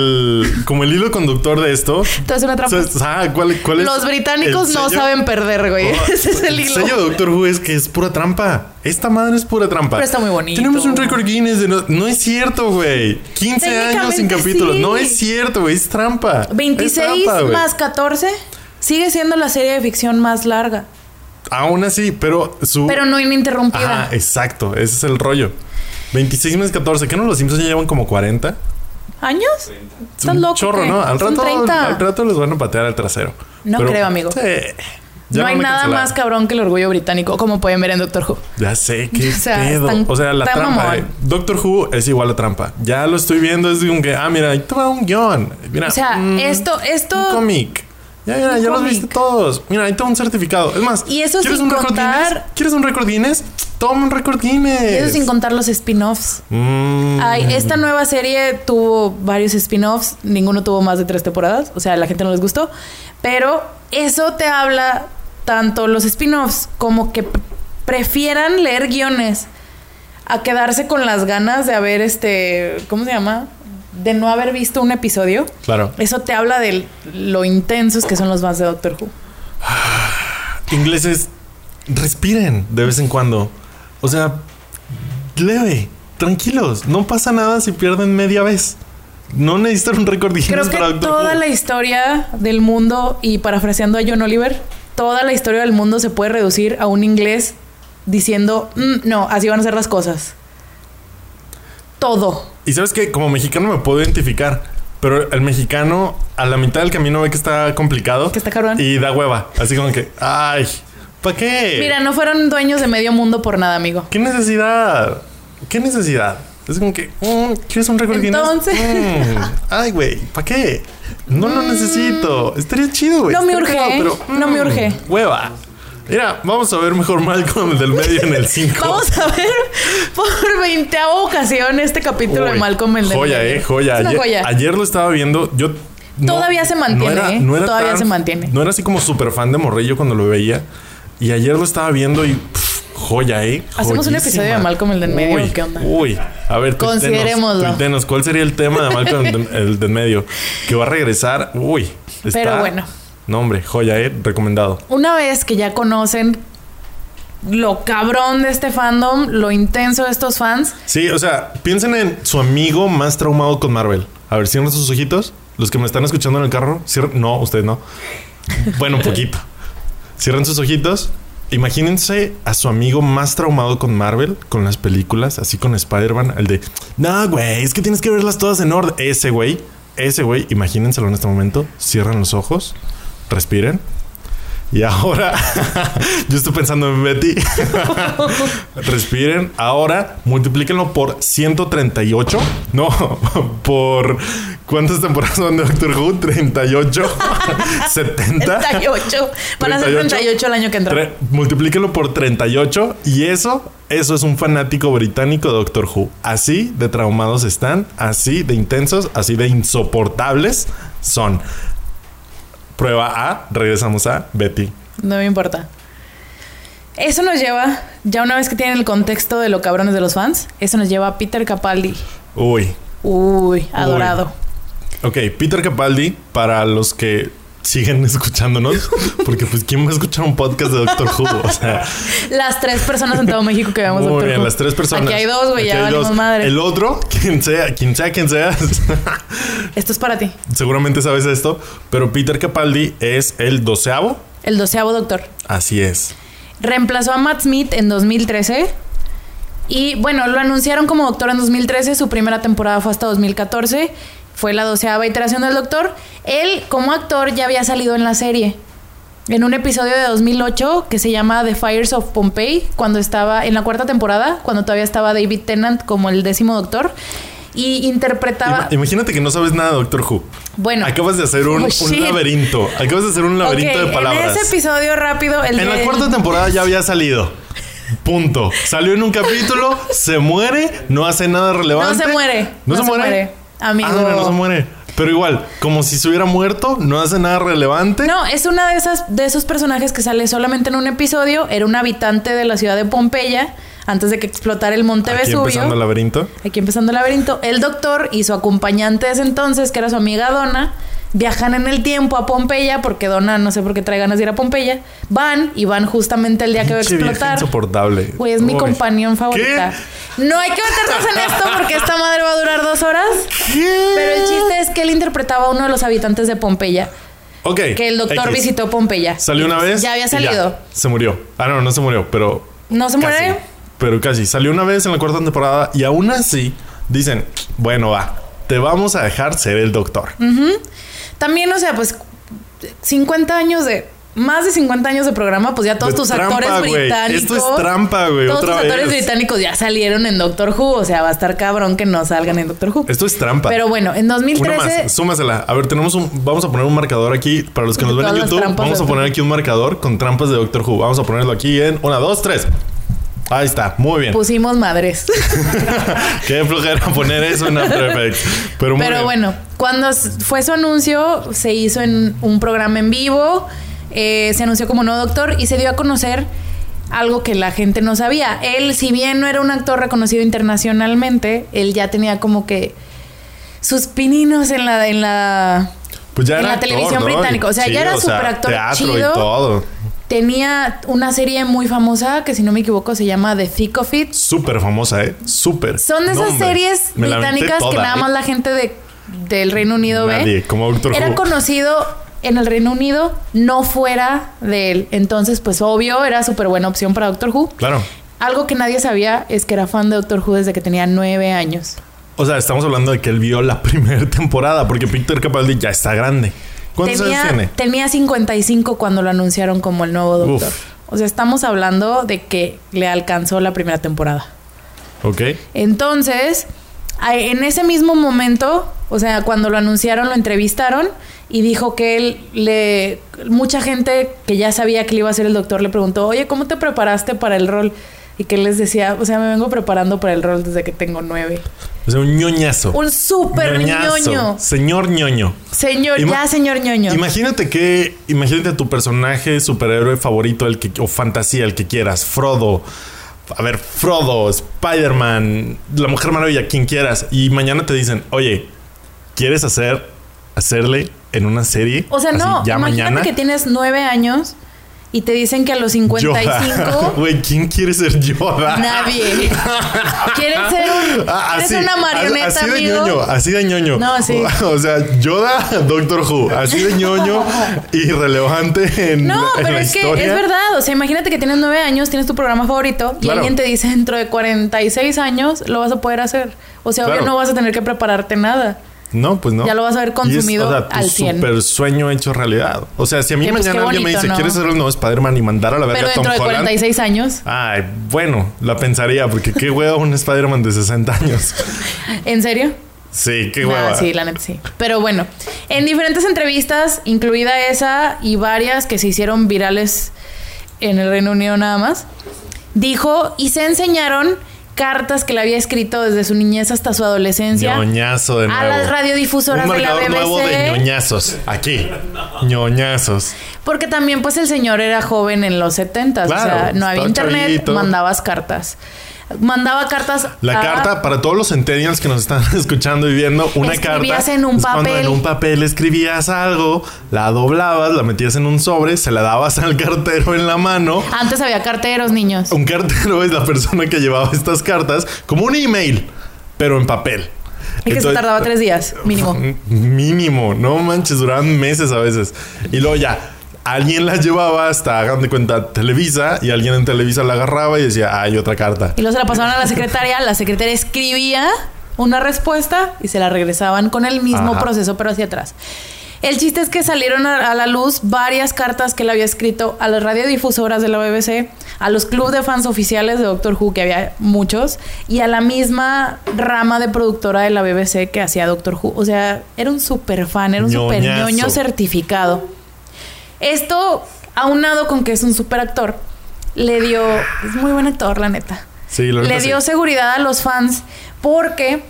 el- como el hilo conductor de esto? Entonces, una trampa. ¿Sabes- ah, cuál- cuál es Los británicos el no sello? Oh, saben perder, güey. Ese es el hilo. sello de Doctor Who es que es pura trampa. Esta madre es pura trampa. Pero está muy bonito. Tenemos un récord Guinness de... No, no es cierto, güey. 15 años sin Técnicamente capítulos. sí. No es cierto, güey. Es trampa. Es 26 trampa, güey. más 14 sigue siendo la serie de ficción más larga, Aún así, pero su... pero no ininterrumpida. Uh. Ajá, eh. exacto. Ese es el rollo. 26 más 14. ¿Qué no? Los Simpsons ya llevan como 40. ¿Años? Es Estás un loco. chorro, ¿qué? ¿no? Al Son rato, 30. al rato les van a patear al trasero. No creo, amigo. Sí. Ya no hay van a nada cancelar. más cabrón que el orgullo británico, como pueden ver en Doctor Who. Ya sé, qué O sea, pedo. están- o sea, la están trampa. mamón. eh. Doctor Who es igual a trampa. Ya lo estoy viendo, es como que, ah, mira, ahí te va un guión. Mira, O sea, mm, esto, Un esto. cómic. Ya, mira, Un ya los cómic. viste todos. Mira, ahí te va un certificado. Es más, Y eso ¿quieres sin un récord contar- Guinness? ¿Quieres un récord Guinness? Toma un récord Guinness. y Eso sin contar los spin-offs. Mm, Ay, esta nueva serie tuvo varios spin-offs, ninguno tuvo más de tres temporadas, o sea, a la gente no les gustó, pero eso te habla tanto los spin-offs como que p- prefieran leer guiones a quedarse con las ganas de haber este, ¿cómo se llama? De no haber visto un episodio. Claro. Eso te habla de lo intensos que son los fans de Doctor Who. Ingleses, respiren de vez en cuando. O sea, leve. tranquilos, no pasa nada si pierden media vez. No necesitan un récord Guinness Creo que para Doctor toda Who. la historia del mundo, y parafraseando a John Oliver, toda la historia del mundo se puede reducir a un inglés diciendo, "Mm, no, así van a ser las cosas. Todo. Y sabes que como mexicano me puedo identificar, pero el mexicano a la mitad del camino ve que está complicado. Que está cabrón. Y da hueva. Así como que, ay, ¿para qué? Mira, no fueron dueños de medio mundo por nada, amigo. ¿Qué necesidad? ¿Qué necesidad? Es como que, mm, ¿quieres un récord Guinness? Entonces. Mm. Mm, ay, güey, ¿para qué? No lo necesito. Estaría chido, güey. No me Estaría urge, cagado, mm, ¿eh? No me urge. Hueva. Mira, vamos a ver mejor mal con el del medio en el 5. Vamos a ver por veinteava ocasión este capítulo de Uy, Malcolm el del Joya, medio. eh, joya. Es una Ayer, joya. ayer lo estaba viendo. Yo. no- Todavía se mantiene, ¿eh? Todavía se mantiene. No era así como súper fan de Morrillo cuando lo veía. Y ayer lo estaba viendo y. pff, joya, eh. Hacemos un episodio de Malcolm el del medio, Uy, ¿qué onda? Uy, a ver, tuitenos, Considerémoslo. tuitenos, ¿Cuál sería el tema de Malcolm el, del- el del medio? Que va a regresar. Uy, está. Pero bueno. No, hombre, joya, eh. Recomendado. Una vez que ya conocen lo cabrón de este fandom, lo intenso de estos fans, Sí, o sea, piensen en su amigo más traumado con Marvel. A ver, cierren sus ojitos. Los que me están escuchando en el carro, cierren. No, ustedes no. Bueno, un poquito. Cierren sus ojitos. Imagínense a su amigo más traumado con Marvel, con las películas, así con Spider-Man, el de no, güey, es que tienes que verlas todas en orden. Ese güey, ese güey, imagínenselo en este momento. Cierren los ojos, respiren. Y ahora, yo estoy pensando en Betty. Respiren. Ahora, multiplíquenlo por 138. No, por. ¿Cuántas temporadas son de Doctor Who? 38. 70. 38. Van a ser 38 el año que entra. Tre- multiplíquenlo por 38 y eso, eso es un fanático británico de Doctor Who. Así de traumados están, así de intensos, así de insoportables son. Prueba A, regresamos a Betty. No me importa. Eso nos lleva, ya una vez que tienen el contexto de lo cabrones de los fans, eso nos lleva a Peter Capaldi. Uy, Uy, adorado. ok, Peter Capaldi, para los que siguen escuchándonos, porque pues ¿quién va a escuchar un podcast de Doctor Who? O sea, Las tres personas en todo México que vemos Muy Doctor bien, Who. las tres personas. Aquí hay dos, güey, Aquí ya hay valimos dos. madre. El otro, quien sea, quien sea, quien sea. Esto es para ti. seguramente sabes esto, pero Peter Capaldi es el doceavo. El doceavo Doctor. Así es. Reemplazó a Matt Smith en 2013. Y bueno, lo anunciaron como doctor en 2013. Su primera temporada fue hasta 2014. Fue la doceava iteración del doctor. Él, como actor, ya había salido en la serie. En un episodio de 2008 que se llama The Fires of Pompeii, cuando estaba en la cuarta temporada, cuando todavía estaba David Tennant como el décimo doctor. Y interpretaba. Ima- imagínate que no sabes nada de Doctor Who. Bueno. Acabas Em, de hacer un, Oh, un shit. laberinto. Acabas de hacer un laberinto Ok, de palabras. En ese episodio rápido, el En de- la cuarta temporada ya había salido. Punto. Salió en un capítulo, se muere, no hace nada relevante. No se muere. No, se, muere. Amigo. Ah, no, no se muere. Pero igual, como si se hubiera muerto, no hace nada relevante. No, es una de esas de esos personajes que sale solamente en un episodio. Era un habitante de la ciudad de Pompeya antes de que explotara el Monte Aquí Vesubio. empezando el laberinto. Aquí empezando el laberinto. El doctor y su acompañante de ese entonces, que era su amiga Donna, viajan en el tiempo a Pompeya porque Donna no sé por qué trae ganas de ir a Pompeya. Van y van justamente el día que va a Pinche vieja explotar. insoportable. Güey, es mi Uy. compañón favorita. No hay que meternos en esto porque esta madre va a durar dos horas. ¿Qué? ¿Qué? Pero el chiste es que él interpretaba a uno de los habitantes de Pompeya. Ok. Que el doctor X. visitó Pompeya. Salió una vez. Ya había y salido. Se murió. Ah, no, no se murió, pero. ¿No se casi. muere? Pero casi. Salió una vez en la cuarta temporada y aún así dicen: Bueno, va, te vamos a dejar ser el doctor. Mm. También, o sea, pues 50 años de. Más de 50 años de programa, pues ya todos De tus trampa, actores güey. británicos. Esto es trampa, güey, Todos otra tus actores vez. británicos ya salieron en Doctor Who. O sea, va a estar cabrón que no salgan en Doctor Who. Esto es trampa. Pero bueno, en Una 2013. más, súmasela. A ver, tenemos un. Vamos a poner un marcador aquí. Para los que nos ven en Todas las YouTube, trampas vamos de a Doctor poner Who. aquí un marcador con trampas de Doctor Who. Vamos a ponerlo aquí en una, dos, tres. Ahí está, muy bien. Pusimos madres. Qué flojera poner eso en After Effects. Pero, muy Pero bien. bueno, cuando s- fue su anuncio, se hizo en un programa en vivo, eh, se anunció como no doctor y se dio a conocer algo que la gente no sabía. Él, si bien no era un actor reconocido internacionalmente, él ya tenía como que sus pininos en la... En la Pues ya en era la televisión británica. O sea, ya era súper superactor teatro chido. y todo. Tenía una serie muy famosa que si no me equivoco se llama The Thick of It. Súper famosa, ¿eh? Súper. Son de No, esas hombre, series me la aventé británicas que toda, nada ¿eh? más la gente de, del Reino Unido Nadie, ve. como Doctor Era Who. conocido en el Reino Unido, no fuera de él. Entonces, pues obvio, era súper buena opción para Doctor Who. Claro. Algo que nadie sabía es que era fan de Doctor Who desde que tenía nueve años. O sea, estamos hablando de que él vio la primera temporada, porque Peter Capaldi ya está grande. ¿Cuántos tenía, años tiene? Tenía 55 cuando lo anunciaron como el nuevo Doctor. Uf. O sea, estamos hablando de que le alcanzó la primera temporada. Ok. Entonces, a- en ese mismo momento, o sea, cuando lo anunciaron, lo entrevistaron y dijo que él le. Mucha gente que ya sabía que le iba a ser el doctor le preguntó, oye, ¿cómo te preparaste para el rol? Y que él les decía, o sea, me vengo preparando para el rol desde que tengo nueve. O sea, un ñoñazo. Un súper Ñoñazo. ñoño. Señor ñoño. Señor, Ima- ya, señor ñoño. Imagínate que, imagínate tu personaje, superhéroe favorito, el que, o fantasía, el que quieras, Frodo. A ver, Frodo, Spider-Man, la Mujer Maravilla, quien quieras. Y mañana te dicen, oye, ¿quieres hacer, hacerle en una serie? O sea, Así, no, ya imagínate mañana. que tienes nueve años y te dicen que a los Yoda. 55 Güey, ¿quién quiere ser Yoda? nadie. ¿Quieres ser, un- Ah, quieres así, ser una marioneta, así de amigo? ñoño, así de ñoño. No, sí. O sea, Yoda, Doctor Who, así de ñoño, irrelevante en, No, en pero la es que historia. es verdad. O sea, imagínate que tienes nueve años, tienes tu programa favorito y Claro. alguien te dice dentro de 46 años lo vas a poder hacer. O sea, obvio Claro. no vas a tener que prepararte nada. No, pues no. Ya lo vas a haber Y consumido es, o sea, tu al 100. super sueño hecho realidad. O sea, si a mí Que, pues, mañana qué alguien me bonito, dice, ¿no? ¿quieres ser el nuevo Spider-Man y mandar a la verga Pero a Tom dentro de Holland? 46 años, Ay, bueno, la pensaría, porque qué hueva un Spider-Man de 60 años. ¿en serio? Sí, qué Ah, hueva. sí, la neta sí. Pero bueno, en diferentes entrevistas, incluida esa y varias que se hicieron virales en el Reino Unido nada más, dijo y se enseñaron cartas que le había escrito desde su niñez hasta su adolescencia. ñoñazo de nuevo. A las radiodifusoras Un de la marcador BBC. nuevo de ñoñazos. Aquí. ñoñazos. Porque también, pues, el señor era joven en los 70 Claro, O sea, no había estaba internet, chavito. mandabas cartas. Mandaba cartas. La a- carta para todos los centennials que nos están escuchando y viendo, una Escribías carta. en un es cuando papel. en un papel escribías algo, la doblabas, la metías en un sobre, se la dabas al cartero en la mano. Antes había carteros, niños. Un cartero es la persona que llevaba estas cartas como un email, pero en papel. Y que se Entonces- tardaba tres días, mínimo. Mínimo, no manches, duraban meses a veces. Y luego ya, alguien las llevaba hasta, hagan de cuenta, Televisa, y alguien en Televisa la agarraba y decía, "Ah, hay otra carta. Y luego se la pasaban a la secretaria, la secretaria escribía una respuesta y se la regresaban con el mismo Ajá. proceso, pero hacia atrás. El chiste es que salieron a, a la luz varias cartas que le había escrito a las radiodifusoras de la BBC, a los clubes de fans oficiales de Doctor Who, que había muchos, y a la misma rama de productora de la BBC que hacía Doctor Who. O sea, era un super fan, era un super Ñoñazo. ñoño certificado. Esto, aunado con que es un super actor, le dio. Es muy buen actor, la neta Sí, la le neta sí. dio seguridad a los fans porque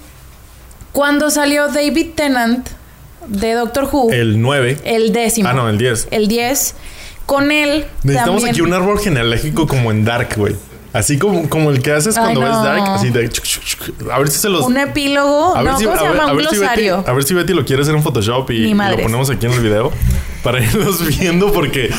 cuando salió David Tennant de Doctor Who, el, El 9. décimo, Ah, no, el 10. el 10, con él Necesitamos también- aquí un árbol genealógico como en Dark, güey. Así como, como el que haces Ay, cuando ves no. Dark, así de... chuc, chuc, chuc. A ver si se los... un epílogo, A ver no, si, ¿cómo a se ver- llama? a un ver si Betty- glosario. a ver si Betty lo quiere hacer en Photoshop y, Ni y lo madres. ponemos aquí en el video para irlos viendo porque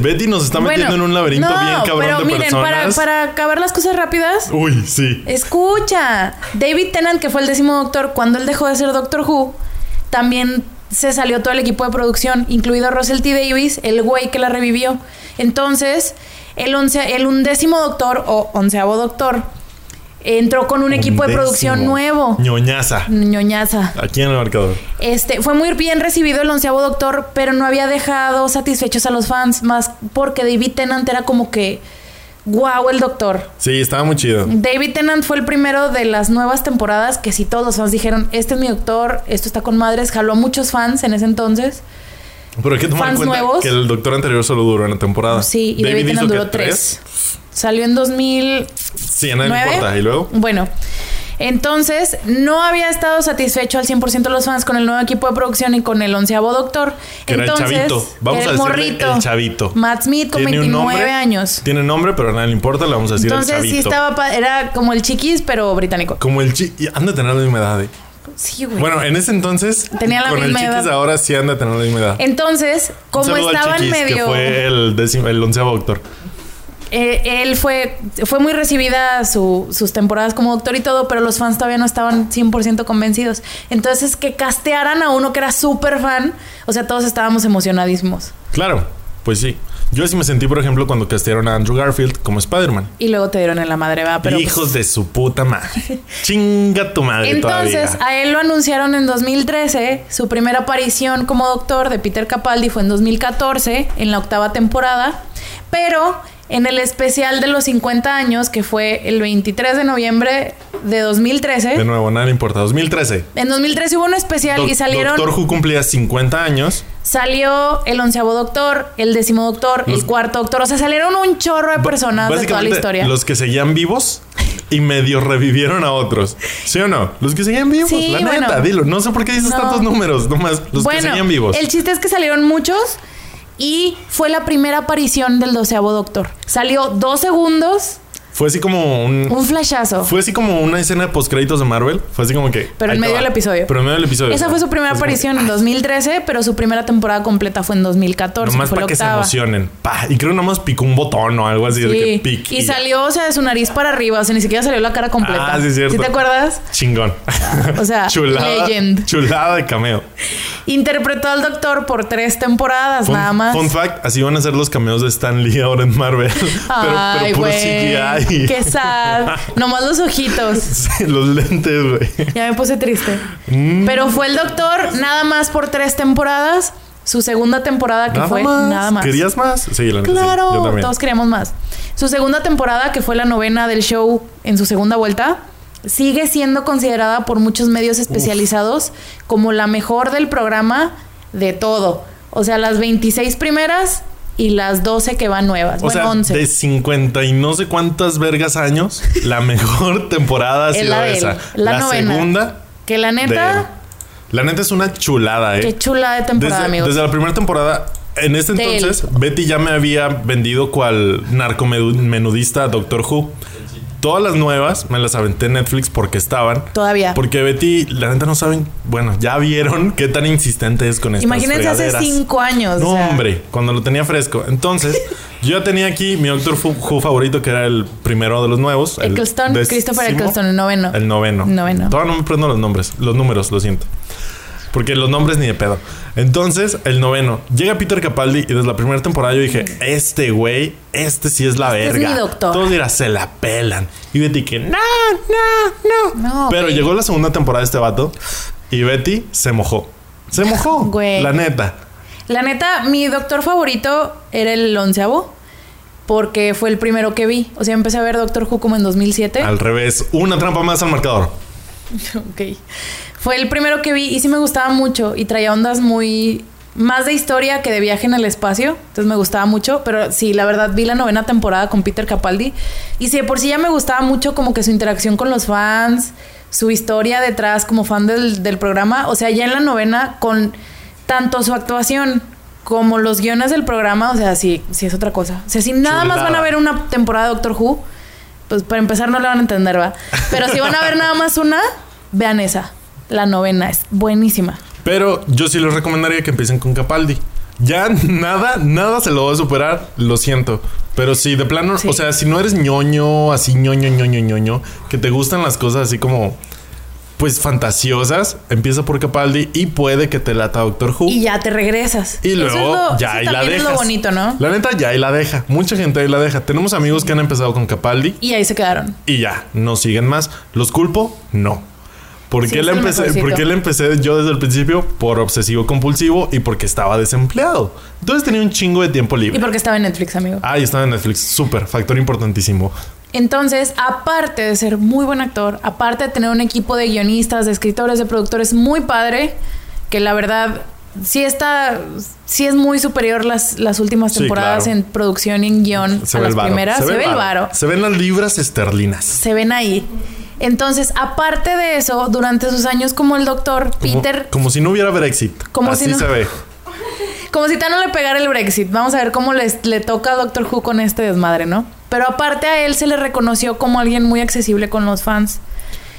Betty nos está Bueno, metiendo en un laberinto no, bien cabrón pero de miren, personas. Para, para acabar las cosas rápidas, Uy, sí. Escucha, David Tennant, que fue el décimo doctor, cuando él dejó de ser Doctor Who, también se salió todo el equipo de producción, incluido Russell T. Davis, el güey que la revivió. Entonces, el, once, el undécimo doctor o onceavo doctor entró con un equipo de Undécimo. producción nuevo. Ñoñaza. Ñoñaza. Aquí en el marcador. Este, fue muy bien recibido el onceavo doctor, pero no había dejado satisfechos a los fans, más porque David Tennant era como que, wow, el doctor. Sí, estaba muy chido. David Tennant fue el primero de las nuevas temporadas que si todos los fans dijeron, este es mi doctor, esto está con madres, jaló a muchos fans en ese entonces. Pero hay que tomar en Fans cuenta nuevos. que el doctor anterior solo duró una temporada. Sí, y David, Ah, hizo Tennant que duró tres. Salió en 2009. Sí, a nadie le importa. Y luego. Bueno, entonces no había estado satisfecho al 100% los fans con el nuevo equipo de producción y con el onceavo doctor. Que era el entonces, chavito. Vamos era a el decirle morrito. el chavito. Matt Smith con Tiene un 29 nombre, años. Tiene nombre, pero a nadie le importa. Le vamos a decir Entonces el chavito. sí estaba, pa- era como el chiquis, pero británico. Como el chi... y Han de tener la misma edad, eh. Sí, güey. Bueno, en ese entonces, Tenía la con el misma chiquis edad. ahora sí anda a tener la misma edad. Entonces, Un como saludo al estaban Chiquis, medio. Que fue el, décimo- el onceavo doctor. Eh, él fue, fue muy recibida su- sus temporadas como doctor y todo, pero los fans todavía no estaban 100% convencidos. Entonces, que castearan a uno que era súper fan, o sea, todos estábamos emocionadísimos. Claro, pues sí. Yo así me sentí, por ejemplo, cuando castearon a Andrew Garfield como Spider-Man. Y luego te dieron en la madre, va, pero. pues Hijos de su puta madre. Chinga tu madre Entonces, todavía. a él lo anunciaron en 2013. Su primera aparición como doctor de Peter Capaldi fue en 2014, en la octava temporada. Pero en el especial de los 50 años, que fue el 23 de noviembre de 2013. De nuevo, nada le importa. 2013. En 2013 hubo un especial Doc- ah, y salieron. Doctor Who cumplía 50 años. Salió el onceavo doctor, el décimo doctor, Los- el cuarto doctor. O sea, salieron un chorro de personas de toda la Básicamente, historia. Los que seguían vivos y medio revivieron a otros. ¿Sí o no? Los que seguían vivos, Sí, la bueno. neta, dilo. No sé por qué dices No. tantos números, nomás los que bueno, seguían vivos. el chiste es que salieron muchos y fue la primera aparición del doceavo doctor. Salió dos segundos, Fue así como un. un flashazo. Fue así como una escena de postcréditos de Marvel. Fue así como que. Pero en ahí te medio va. del episodio. Pero en medio del episodio. Esa fue su primera Así como aparición en 2013, pero su primera temporada completa fue en que, 2014. Nomás fue para la que se octava. emocionen. Pa, Y creo nomás picó un botón o algo así de que Sí. pic. Y ya. salió, o sea, de su nariz para arriba, o sea, ni siquiera salió la cara completa. Ah, sí, es cierto. te acuerdas? Chingón. O sea, chulada. Ah, legend. Chulada de cameo. Interpretó al doctor por tres temporadas Fun, nada más. fun fact, así van a ser los cameos de Stan Lee ahora en Marvel. pero, pero puro güey, CGI. Qué sad. Nomás los ojitos. Sí, los lentes, güey. Ya me puse triste. Mm. Pero fue el doctor nada más por tres temporadas. Su segunda temporada que fue nada más. ¿Querías más? Sí, la neta, sí. Claro, Yo también. todos queríamos más. Su segunda temporada, que fue la novena del show en su segunda vuelta, sigue siendo considerada por muchos medios especializados como la mejor del programa de todo. O sea, las 26 primeras y las 12 que van nuevas. O bueno, sea, 11. de 50 y no sé cuántas vergas años, la mejor temporada ha Es sido la de él, esa. la novena. segunda. Que la de él. neta, La neta es una chulada, eh. qué chula de temporada, desde, amigos. desde la primera temporada, en este De él. entonces, Betty ya me había vendido cual narcomenudista Doctor Who. Todas las nuevas me las aventé en Netflix porque estaban. Todavía. Porque Betty, la neta no saben, bueno, ya vieron qué tan insistente es con estas Imagínense hace fregaderas. cinco años. No, o sea. hombre, cuando lo tenía fresco. Entonces, yo ya tenía aquí mi Doctor Fu- Who favorito, que era el primero de los nuevos. el Eccleston, décimo- Christopher Eccleston, el noveno. El noveno. Noveno. Todavía no me prendo los nombres, los números, lo siento. Porque los nombres ni de pedo. Entonces, el noveno. Llega Peter Capaldi y desde la primera temporada yo dije, este güey, este sí es la Mm. Este es verga. mi doctor. Todos dirán, se la pelan. Y Betty que, no, no, no. No, Pero güey. llegó la segunda temporada de este vato y Betty se mojó. Se mojó. Güey. La neta. La neta, mi doctor favorito era el onceavo. Porque fue el primero que vi. O sea, empecé a ver Doctor Who como en 2007. Al revés, una trampa más al marcador. Ok. Fue el primero que vi y sí me gustaba mucho. Y traía ondas muy... Más de historia que de viaje en el espacio. Entonces me gustaba mucho. Pero sí, la verdad, vi la novena temporada con Peter Capaldi. Y sí, de por sí ya me gustaba mucho como que su interacción con los fans. Su historia detrás como fan del, del programa. O sea, ya en la novena con tanto su actuación como los guiones del programa. O sea, sí, sí es otra cosa. O sea, si nada más Chulada. van a ver una temporada de Doctor Who pues para empezar no la van a entender, ¿va? Pero si van a ver nada más una, vean esa. La novena es buenísima. Pero yo sí les recomendaría que empiecen con Capaldi. Ya nada, nada se lo va a superar, lo siento. Pero si de plano, Sí. o sea, si no eres ñoño, así ñoño, ñoño, ñoño, que te gustan las cosas así como, pues fantasiosas, empieza por Capaldi y puede que te lata Doctor Who. Y ya te regresas. Uh. Y Eso luego es lo- ya eso ahí la también dejas. es lo bonito, ¿no? La neta ya ahí la deja. Mucha gente ahí la deja. Tenemos amigos que han empezado con Capaldi Y ahí se quedaron. y ya, no siguen más. ¿Los culpo? No. ¿Por Sí, qué, es le el empecé, mejorcito. ¿Por qué le empecé yo desde el principio? Por obsesivo compulsivo y porque estaba desempleado. Entonces tenía un chingo de tiempo Y libre. porque estaba en Netflix, amigo. Ah, y estaba en Netflix. Súper, factor importantísimo. Entonces, aparte de ser muy buen actor, aparte de tener un equipo de guionistas, de escritores, de productores muy padre, que la verdad sí está, sí es muy superior las, las últimas Sí, temporadas claro. en producción y en guión Se a ve las el varo. primeras. Se, ve el varo. Se ven las libras esterlinas. se ven ahí. Entonces, aparte de eso, durante sus años como el doctor, Como, Peter, como, como si no hubiera Brexit. Como Así si no- se ve. si tan no le pegara el Brexit, vamos a ver cómo les, le toca a Doctor Who con este desmadre, ¿no? Pero aparte a él se le reconoció como alguien muy accesible con los fans.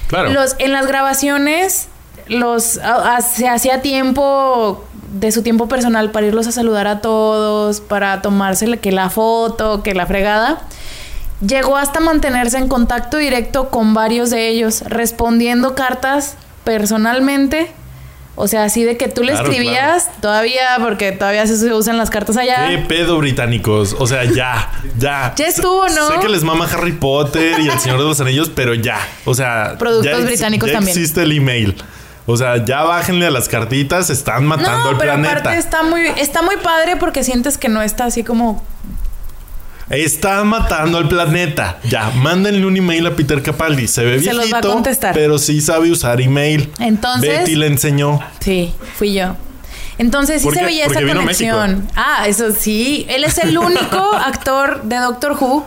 Claro. Los, en las grabaciones, los a- a- se hacía tiempo de su tiempo personal para irlos a saludar a todos, para tomarse que la foto, que la fregada. Llegó hasta mantenerse en contacto directo con varios de ellos, respondiendo cartas personalmente. O sea, así de que tú le Claro, escribías todavía, porque todavía se usan las cartas allá. ¿Qué pedo, británicos? O sea, ya, ya. Ya estuvo, ¿no? Sé que les mama Harry Potter y El Señor de los Anillos, pero ya. O sea, Productos ya ex- británicos ya también. existe el email. O sea, ya bájenle a las cartitas, están matando al pero planeta. aparte está muy, está muy padre porque sientes que no está así como Está matando al planeta. Ya, mándenle un email a Peter Capaldi. Se ve Se viejito, los va a contestar. pero sí sabe usar email. Entonces- Betty le enseñó. Sí, fui yo. Entonces sí ¿Por se qué? veía esa Porque vino a conexión. Ah, eso sí. Él es el único actor de Doctor Who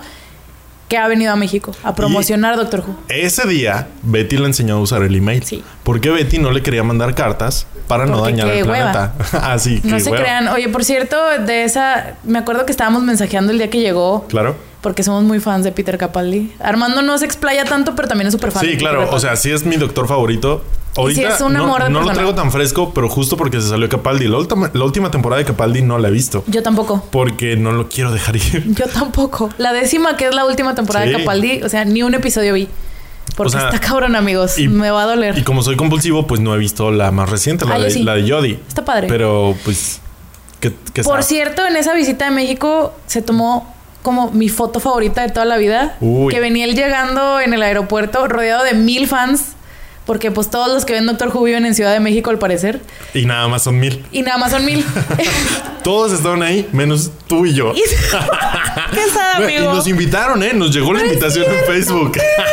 que ha venido a México a promocionar Doctor Who. Ese día, Betty le enseñó a usar el email. Sí. Porque Betty no le quería mandar cartas para no Porque dañar qué al hueva. planeta. Así que. No se hueva. crean. Oye, por cierto, de esa... Me acuerdo que estábamos mensajeando el día que llegó. Claro. Porque somos muy fans de Peter Capaldi. Armando no se explaya tanto, pero también es súper fan. de Sí, Peter claro. O Capaldi. sea, sí es mi doctor favorito. sí, Ahorita es un amor no, de no lo persona. traigo tan fresco, pero justo porque se salió Capaldi. La última, la última temporada de Capaldi no la he visto Yo tampoco. porque no lo quiero dejar ir. Yo tampoco. La décima, que es la última temporada de Sí. Capaldi, o sea, ni un episodio vi. Porque O sea, está cabrón, amigos. y- Me va a doler. Y como soy compulsivo, pues no he visto la más reciente, la, Ah, yo de, sí. la de Jodie. Está padre. Pero pues. ¿qué, qué Por sabe? cierto, en esa visita a México se tomó como mi foto favorita de toda la vida. Uy. Que venía él llegando en el aeropuerto rodeado de mil fans. Porque pues todos los que ven Doctor Who viven en Ciudad de México al parecer. Y nada más son mil. Y nada más son mil. Todos estaban ahí, menos tú y yo. Y- ¿Qué tal, Bueno, amigo? Y nos invitaron, ¿eh? Nos llegó la No es invitación en cierto. Facebook.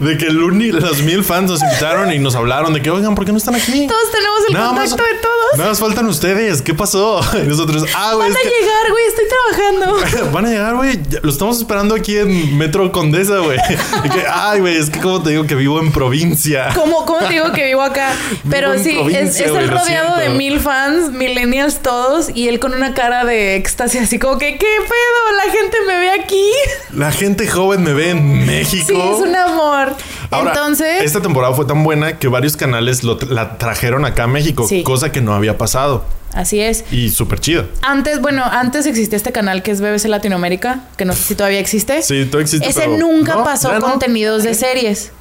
de que el uni- los mil fans nos invitaron y nos hablaron de que, oigan, ¿por qué no están aquí? Todos tenemos el contacto de todos. Nada más faltan ustedes. ¿Qué pasó? Y nosotros, ah, güey, Van es a llegar, güey, estoy trabajando. que- Van a llegar, güey. Ya- Lo estamos esperando aquí en Metro Condesa, güey. Y que, Ay, güey, es que como te digo que vivo en provincia. ¿Cómo, cómo te digo que vivo acá? Pero en sí, es, provincia, es güey, el lo rodeado de siento. mil fans, millennials todos, y él con una cara de éxtasis, así como que, ¿qué pedo? La gente me ve aquí. La gente joven me ve en México. Sí, es un amor. Ahora, Entonces, esta temporada fue tan buena que varios canales lo tra- la trajeron acá a México, Sí. cosa que no había pasado. así es. Y súper chido. Antes, bueno, antes existía este canal que es BBC Latinoamérica, que no sé si todavía existe. Sí, todo existe. Ese pero- nunca No, pasó ya no. contenidos de series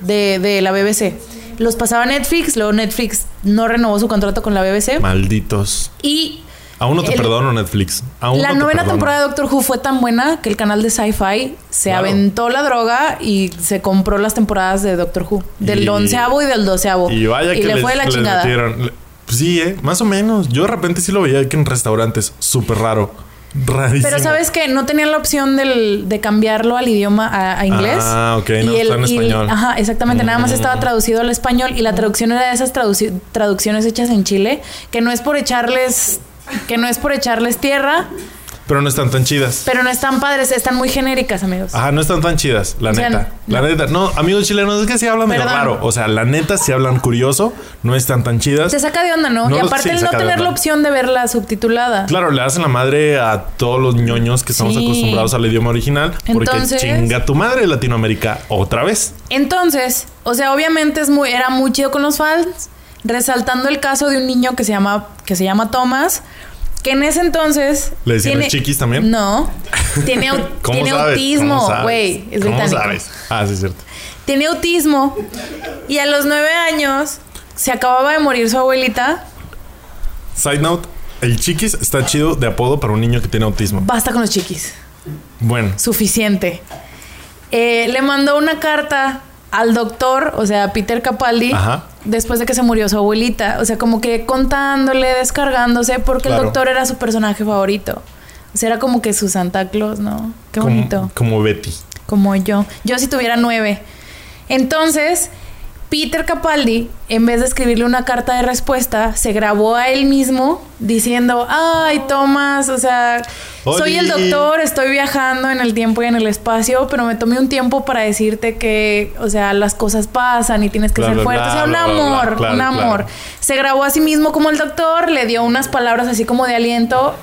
de, de la BBC. Los pasaba Netflix, luego Netflix no renovó su contrato con la BBC. Malditos. Y Aún no te El- perdono, Netflix. Aún la no te novena perdono. temporada de Doctor Who fue tan buena que el canal de Sci-Fi se Claro. aventó la droga y se compró las temporadas de Doctor Who. Del Y- onceavo y del doceavo. Y vaya que le les- fue de la les chingada. metieron. Le- pues sí, ¿eh? Más o menos. Yo de repente sí lo veía que en restaurantes. Súper raro. Rarísimo. Pero sabes que no tenían la opción del- de cambiarlo al idioma a, a inglés. Ah, ok, no, está en y español. Mm. ajá, exactamente. Nada más estaba traducido al español y la traducción era de esas traduci- traducciones hechas en Chile, que no es por echarles, que no es por echarles tierra, Pero no están tan chidas. pero no están padres, están muy genéricas, amigos. Ajá, no están tan chidas, la O sea, neta. La neta. No, amigos chilenos, es que sí hablan medio Perdón. raro. O sea, la neta sí hablan curioso. No están tan chidas. Te saca de onda, ¿no? No y lo- aparte sí, el no saca de tener onda. la opción de verla subtitulada. Claro, le hacen la madre a todos los ñoños que estamos Sí. acostumbrados al idioma original. Porque Entonces- chinga tu madre Latinoamérica otra vez. Entonces, o sea, obviamente es muy, era muy chido con los fans, resaltando el caso de un niño que se llama, que se llama Thomas, que en ese entonces. ¿Le decían el chiquis también? No. Tiene, au- ¿Cómo tiene sabes? ¿Cómo autismo, sabes? güey. Es ¿Cómo británico. sabes? Ah, sí, es cierto. Tiene autismo. Y a los nueve años se acababa de morir su abuelita. Side note. El chiquis está chido de apodo para un niño que tiene autismo. Basta con los chiquis. Bueno, Suficiente. Eh, le mandó una carta al doctor, o sea, a Peter Capaldi, Ajá. después de que se murió su abuelita. O sea, como que contándole, descargándose, porque Claro. el doctor era su personaje favorito. O sea, era como que su Santa Claus, ¿no? Qué como, bonito. como Betty. como yo. Yo si tuviera nueve. Entonces, Peter Capaldi, en vez de escribirle una carta de respuesta, se grabó a él mismo diciendo, ay, Tomás, o sea, Oli. soy el doctor, estoy viajando en el tiempo y en el espacio, pero me tomé un tiempo para decirte que, o sea, las cosas pasan y tienes que Bla, ser bla, fuerte. bla, o sea, un bla, bla, bla. amor, Claro, un claro. amor. Se grabó a sí mismo como el doctor, le dio unas palabras así como de aliento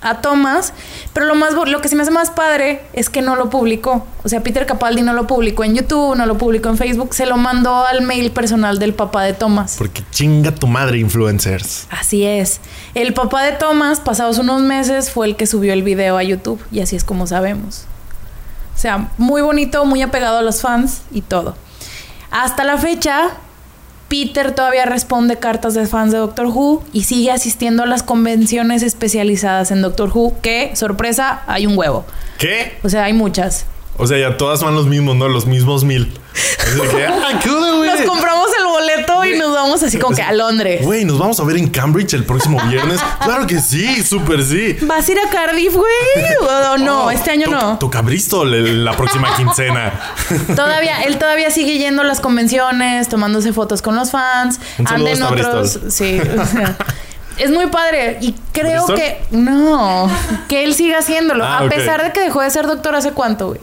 a Thomas, pero lo más bo- lo que se me hace más padre es que no lo publicó. O sea, Peter Capaldi no lo publicó en YouTube, no lo publicó en Facebook, se lo mandó al mail personal del papá de Thomas. Porque chinga tu madre, influencers. Así es. El papá de Thomas, pasados unos meses, fue el que subió el video a YouTube y así es como sabemos. O sea, muy bonito, muy apegado a los fans y todo. Hasta la fecha, Peter todavía responde cartas de fans de Doctor Who y sigue asistiendo a las convenciones especializadas en Doctor Who, que, sorpresa, hay un huevo. ¿Qué? O sea, hay muchas. O sea, ya todas van los mismos, ¿no? Los mismos mil. Así de que, ah, ¿qué onda, güey? Nos compramos el boleto y nos vamos así como que a Londres. Güey, nos vamos a ver en Cambridge el próximo viernes. claro que sí, súper sí. ¿Vas a ir a Cardiff, güey? O no, Oh, este año to- no. Toca Bristol el- la próxima quincena. Todavía, él todavía sigue yendo a las convenciones, tomándose fotos con los fans. Un saludo Anden hasta otros. Bristol. Sí. o sea, es muy padre. Y creo ¿Bristol? que. No. Que él siga haciéndolo. Ah, a ok. pesar de que dejó de ser doctor hace cuánto, güey.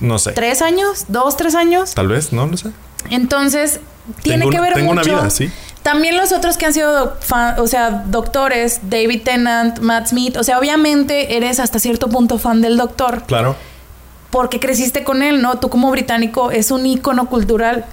No sé. ¿Tres años? ¿Dos, tres años? Tal vez, no, no sé. Entonces, tiene Tengo que una- ver tengo una mucho. vida, sí. También los otros que han sido, doc- fan- o sea, doctores, David Tennant, Matt Smith. O sea, obviamente eres hasta cierto punto fan del doctor Claro. porque creciste con él, ¿no? Tú como británico es un ícono cultural.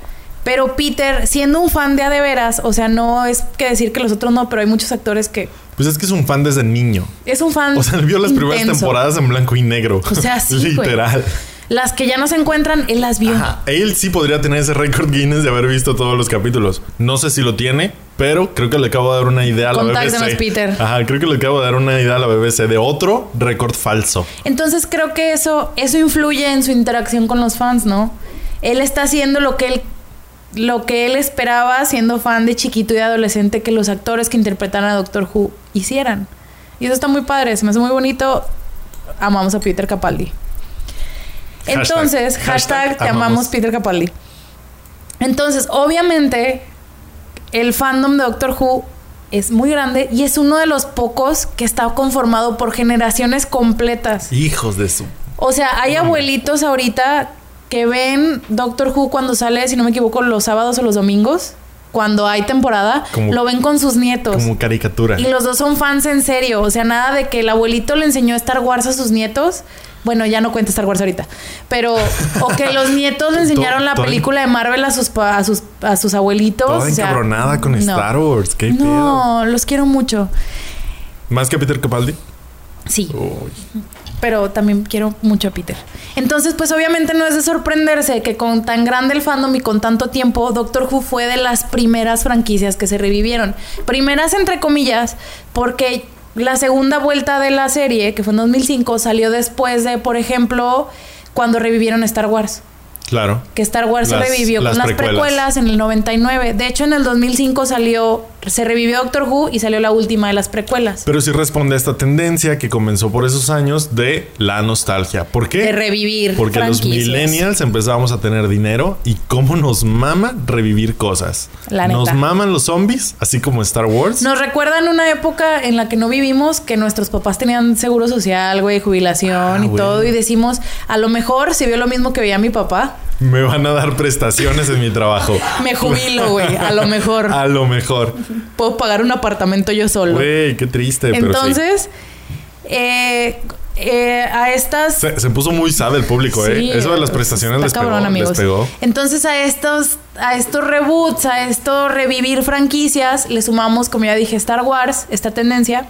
Pero Peter, siendo un fan de a de veras, o sea, no es que decir que los otros no, pero hay muchos actores que Pues es que es un fan desde niño. es un fan. O sea, él vio las primeras intenso. temporadas en blanco y negro. O sea, sí, güey. Literal. Las que ya no se encuentran, él las vio. Ajá. Él sí podría tener ese récord Guinness de haber visto todos los capítulos. No sé si lo tiene, pero creo que le acabo de dar una idea a la Contáctenos, BBC. Peter. Ajá, creo que le acabo de dar una idea a la BBC de otro récord falso. Entonces creo que eso, eso influye en su interacción con los fans, ¿no? Él está haciendo lo que él, lo que él esperaba siendo fan de chiquito y de adolescente que los actores que interpretaran a Doctor Who hicieran. Y eso está muy padre, se me hace muy bonito. Amamos a Peter Capaldi. Hashtag, Entonces, hashtag, hashtag te amamos. amamos. Peter Capaldi. Entonces, obviamente, el fandom de Doctor Who es muy grande y es uno de los pocos que está conformado por generaciones completas. Hijos de su. O sea, hay abuelitos ahorita que ven Doctor Who cuando sale, si no me equivoco, los sábados o los domingos, cuando hay temporada, Como- lo ven con sus nietos. Como caricatura. Y los dos son fans en serio. O sea, nada de que el abuelito le enseñó Star Wars a sus nietos. Bueno, ya no cuenta Star Wars ahorita. Pero, o que los nietos le enseñaron la Toda- película de Marvel a sus, pa- a sus, a sus abuelitos. Toda o sea, encabronada con no. Star Wars. Qué pedo. No, los quiero mucho. Más que Peter Capaldi. Sí, Uy. pero también quiero mucho a Peter. Entonces, pues obviamente no es de sorprenderse que con tan grande el fandom y con tanto tiempo, Doctor Who fue de las primeras franquicias que se revivieron. Primeras entre comillas, porque la segunda vuelta de la serie, que fue en 2005, salió después de, por ejemplo, cuando revivieron Star Wars. Claro. Que Star Wars Las- se revivió las con las precuelas. precuelas. en el 99. De hecho, en el 2005 salió, se revivió Doctor Who y salió la última de las precuelas. Pero sí responde a esta tendencia que comenzó por esos años de la nostalgia. ¿Por qué? De revivir Porque los franquicias. millennials empezamos a tener dinero y cómo nos mama revivir cosas. La neta. Nos maman los zombies, así como Star Wars. Nos recuerdan una época en la que no vivimos, que nuestros papás tenían seguro social, güey, jubilación Ah, y güey. todo, y decimos, a lo mejor si vio lo mismo que veía mi papá, Me van a dar prestaciones en mi trabajo. me jubilo, güey, a lo mejor A lo mejor. puedo pagar un apartamento yo solo. Güey, qué triste, pero sí. Entonces, eh, eh, a estas... Se, se puso muy sad el público, Sí, ¿eh? Eso de las prestaciones está les pegó, cabrón, amigos. les pegó. Entonces a estos, a estos reboots, a esto revivir franquicias, le sumamos, como ya dije, Star Wars, esta tendencia.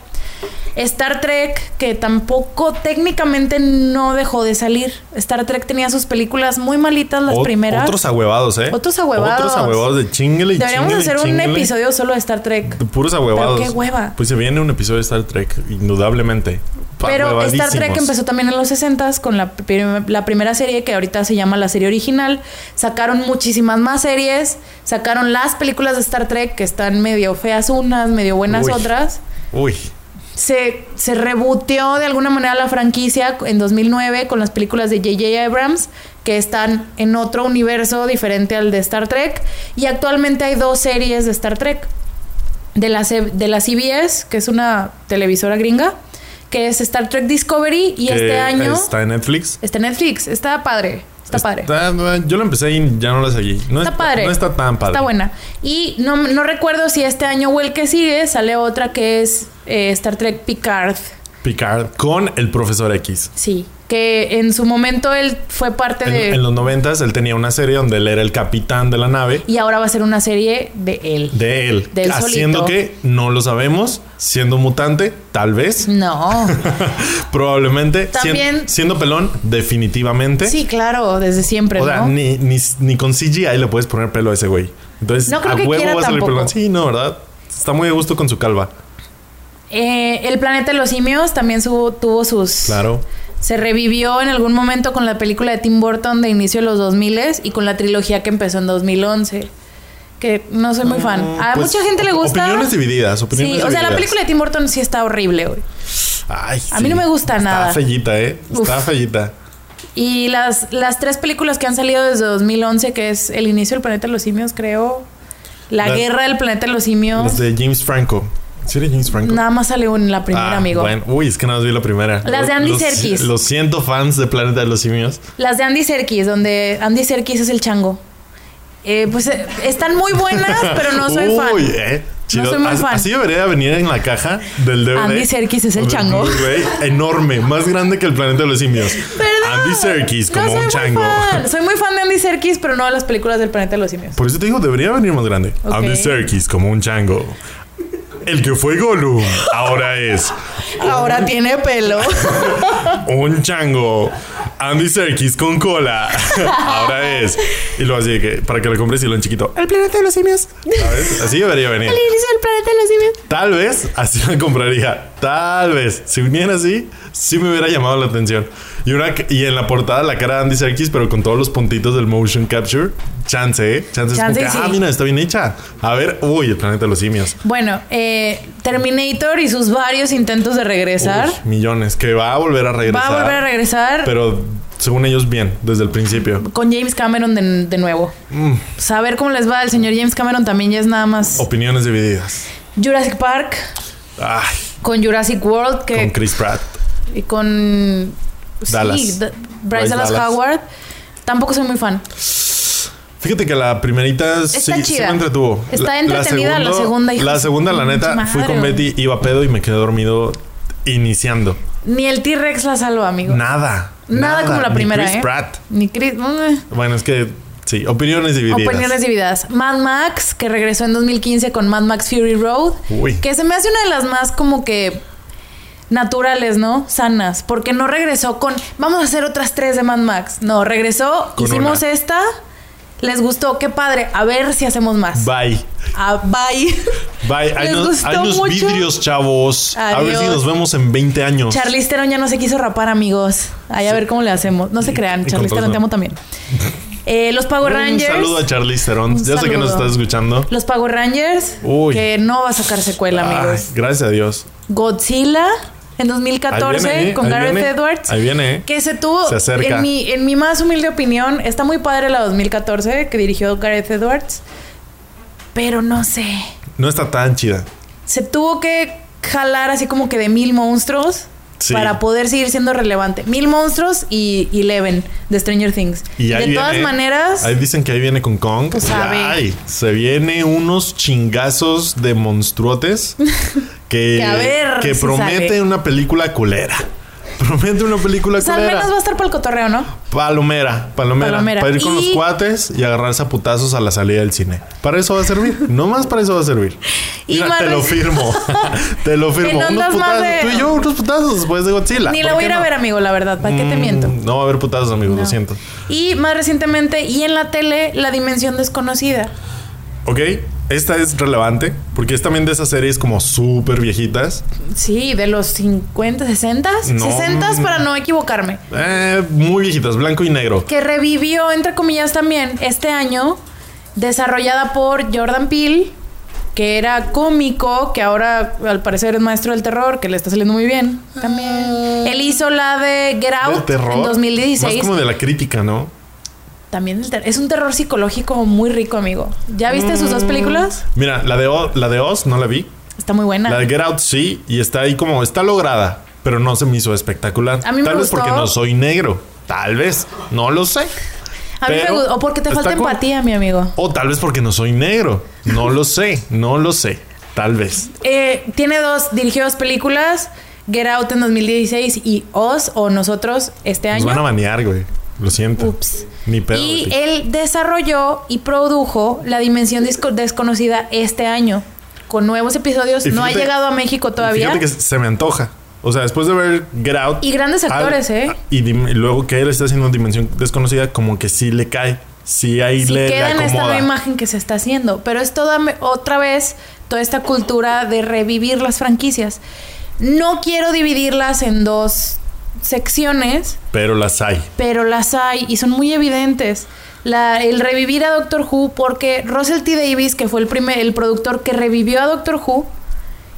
Star Trek, que tampoco técnicamente no dejó de salir. Star Trek tenía sus películas muy malitas las Ot- primeras. Otros ahuevados, ¿eh? Otros ahuevados. Otros ahuevados de chingle y Deberíamos chinguele y hacer un chinguele. episodio solo de Star Trek. De Puros ahuevados. Pero qué hueva. Pues se viene un episodio de Star Trek, indudablemente. Pa- Pero Star Trek huevadísimos. empezó también en los 60s con la, prim- la primera serie que ahorita se llama la serie original. Sacaron muchísimas más series, sacaron las películas de Star Trek que están medio feas unas, medio buenas Uy. otras. Uy, Se, se reboteó de alguna manera la franquicia en 2009 con las películas de J.J. Abrams que están en otro universo diferente al de Star Trek. Y actualmente hay dos series de Star Trek de la, C- de la CBS, que es una televisora gringa, que es Star Trek Discovery, y que este año está, Está en Netflix. en Netflix. Está padre, está, padre. yo lo empecé y ya no la seguí. No Está padre. No está tan padre. Está buena. Y no, no recuerdo si este año o el que sigue sale otra que es eh, Star Trek Picard, Picard con el profesor X. Sí, que en su momento él fue parte En, de... en los noventas él tenía una serie donde él era el capitán de la nave Y ahora va a ser una serie de él. de él, De él haciendo solito. que no lo sabemos, siendo mutante, tal vez, No. probablemente, sien- Mm. También- siendo pelón, definitivamente. Sí, claro, desde siempre, o sea, ¿no? ni, ni, ni con CGI le puedes poner pelo a ese güey. Entonces, No creo a que huevo quiera va a salir tampoco. pelón. Sí, no, ¿verdad? Está muy a gusto con su calva. Eh, el planeta de los simios también su- tuvo sus... Claro. Se revivió en algún momento con la película de Tim Burton de inicio de los 2000 y con la trilogía que empezó en 2011. Que no soy muy fan. A Pues, mucha gente le op- gusta. Opiniones divididas, opiniones Sí, o sea, la divididas. película de Tim Burton sí está horrible, güey. Ay, A mí no me gusta nada. Está fellita, ¿eh? Está Uf. fellita. Y las, las tres películas que han salido desde 2011, que es El inicio del planeta de los simios, creo. La, Las- guerra del planeta de los simios. Las de James Franco. ¿Sí era James Franco? Nada más sale una en la primera, Ah, amigo. Bueno, uy, es que nada más vi la primera. Las de Andy Los- Serkis. Lo siento, fans de Planeta de los Simios. Las de Andy Serkis, donde Andy Serkis es el chango. Eh, pues eh, están muy buenas, pero no soy uy, fan. eh. Chido. soy muy As- fan. Así debería venir en la caja del DVD. Andy Serkis es el Del chango. Blu-ray enorme, más grande que el Planeta de los Simios. ¿Verdad? Andy Serkis No como soy un muy chango. fan. Soy muy fan de Andy Serkis, pero no de las películas del planeta de los simios. Por eso te digo, debería venir más grande. Ok. Andy Serkis como un chango. El que fue Gollum ahora es Ahora tiene pelo. un chango. Andy Serkis con cola. Ahora es. Y lo así de que para que lo compres y lo en chiquito. El planeta de los simios. ¿Sabes? Así debería venir. El inicio del planeta de los simios. Tal vez así la compraría. Tal vez. Si viniera así, sí me hubiera llamado la atención. Y, una, y en la portada la cara de Andy Serkis, pero con todos los puntitos del motion capture. Chance, ¿eh? Chance, es como Chance que, y sí. ah, mira, está bien hecha. A ver, uy, el planeta de los simios. Bueno, eh, Terminator y sus varios intentos de regresar. Uy, millones. Que va a volver a regresar. Va a volver a regresar Pero según ellos, bien, desde el principio. con James Cameron de, de nuevo. Mm. Saber cómo les va el señor James Cameron también ya es nada más. Opiniones divididas. Jurassic Park Ay, con Jurassic World que con Chris Pratt. y con sí, Dallas. Da- Bryce Bryce Dallas, Dallas. Howard. Tampoco soy muy fan. Fíjate que la primerita sí, sí chida. me entretuvo. Está entretenida, la segunda, hijo La de su segunda, la pinche neta, fui con madre. Betty, iba a pedo y me quedé dormido iniciando. Ni el T-Rex la salva, amigo. Nada. nada, como la Ni primera, Chris ¿eh? Pratt. Ni Chris. mm, Bueno, es que sí, opiniones divididas. Opiniones divididas. Mad Max, que regresó en 2015 con Mad Max Fury Road. Uy. Que se me hace una de las más como que naturales, ¿no? Sanas. Porque no regresó con. Vamos a hacer otras tres de Mad Max. No, regresó, Con hicimos una. esta. Les gustó, qué padre. A ver si hacemos más. Bye. Ah, bye. Bye. Hay Les unos, gustó hay unos mucho. vidrios, chavos. A ver Adiós. si nos vemos en 20 años. Charlize Theron ya no se quiso rapar, amigos. Ahí a ver cómo le hacemos. No se crean, y Charlize con Theron, te razón. amo también. Eh, los Power Un Rangers. saludo a Charlize Theron. Un Ya sé que nos saludo. estás escuchando. Los Power Rangers. Uy. Que no va a sacar secuela, Ay, amigos. gracias a Dios. Godzilla Ahí en 2014 viene, ¿eh? con Ahí Gareth viene. Edwards. Ahí viene. ¿eh? Que se tuvo, Se acerca. En, mi, en mi más humilde opinión, está muy padre la 2014 que dirigió Gareth Edwards. Pero no sé. No está tan chida. Se tuvo que jalar así como que de mil monstruos Sí. para poder seguir siendo relevante. Mil monstruos y Eleven de Stranger Things. Y de ahí todas viene- maneras, Ahí dicen que ahí viene con Kong. Pues, a ver. Ay, se viene unos chingazos de monstruotes que, Que a ver que si promete sale. una película culera. Promete una película o sea, pues, al culera. menos va a estar para el cotorreo, ¿no? Palomera, palomera, Palomera. Para ir con Y- los cuates y agarrarse a putazos a la salida del cine. Para eso va a servir. no más para eso va a servir. Y Mira, te Marvel- lo firmo. te lo firmo. En Unos ondas más putazos. de- Tú y yo, unos putazos después de Godzilla. Ni ¿Por la voy a qué ir a no? ver, amigo, la verdad. ¿Para qué te Mm, miento? No va a haber putazos, amigos. Lo siento. Y más recientemente, y en la tele, La Dimensión Desconocida. Ok, esta es relevante porque es también de esas series como súper viejitas. Sí, de los 50, 60, No. 60 para no equivocarme. Eh, muy viejitas, blanco y negro. Que revivió, entre comillas, también este año, desarrollada por Jordan Peele, que era cómico, que ahora al parecer es maestro del terror, que le está saliendo muy bien también. Él hizo la de Get De Out Ah. terror. en 2016. Más como de la crítica, ¿no? También el ter- es un terror psicológico muy rico, amigo. ¿Ya viste sus Mm. dos películas? Mira, la de, O- la de Oz no la vi. Está muy buena. La de Get Out sí, y está ahí como, está lograda, pero no se me hizo espectacular. A mí me Tal vez gustó. porque no soy negro. Tal vez, no lo sé. A mí me pero gusta. O porque te está falta cool. empatía, mi amigo. O tal vez porque no soy negro. No lo sé, no lo sé. Tal vez. Eh, tiene dos, dirigió dos películas. Get Out en 2016 y Oz o nosotros este Nos año. van a banear, güey. Lo siento. Ups. Ni pedo. Y eh, güey. él desarrolló y produjo La Dimensión Disco- Desconocida este año, con nuevos episodios. Y no ha fíjate- llegado a México todavía. Fíjate que se me antoja. O sea, después de ver Get Out. Y grandes al- actores, ¿eh? Y, dim- y luego que él está haciendo Dimensión Desconocida, como que sí le cae. Sí ahí Si le, le queda en esta acomoda. nueva imagen que se está haciendo. Pero es toda me- otra vez toda esta cultura de revivir las franquicias. No quiero dividirlas en dos secciones, Pero las hay. pero las hay y son muy evidentes. La- el revivir a Doctor Who, porque Russell T. Davis, que fue el, primer, el productor que revivió a Doctor Who,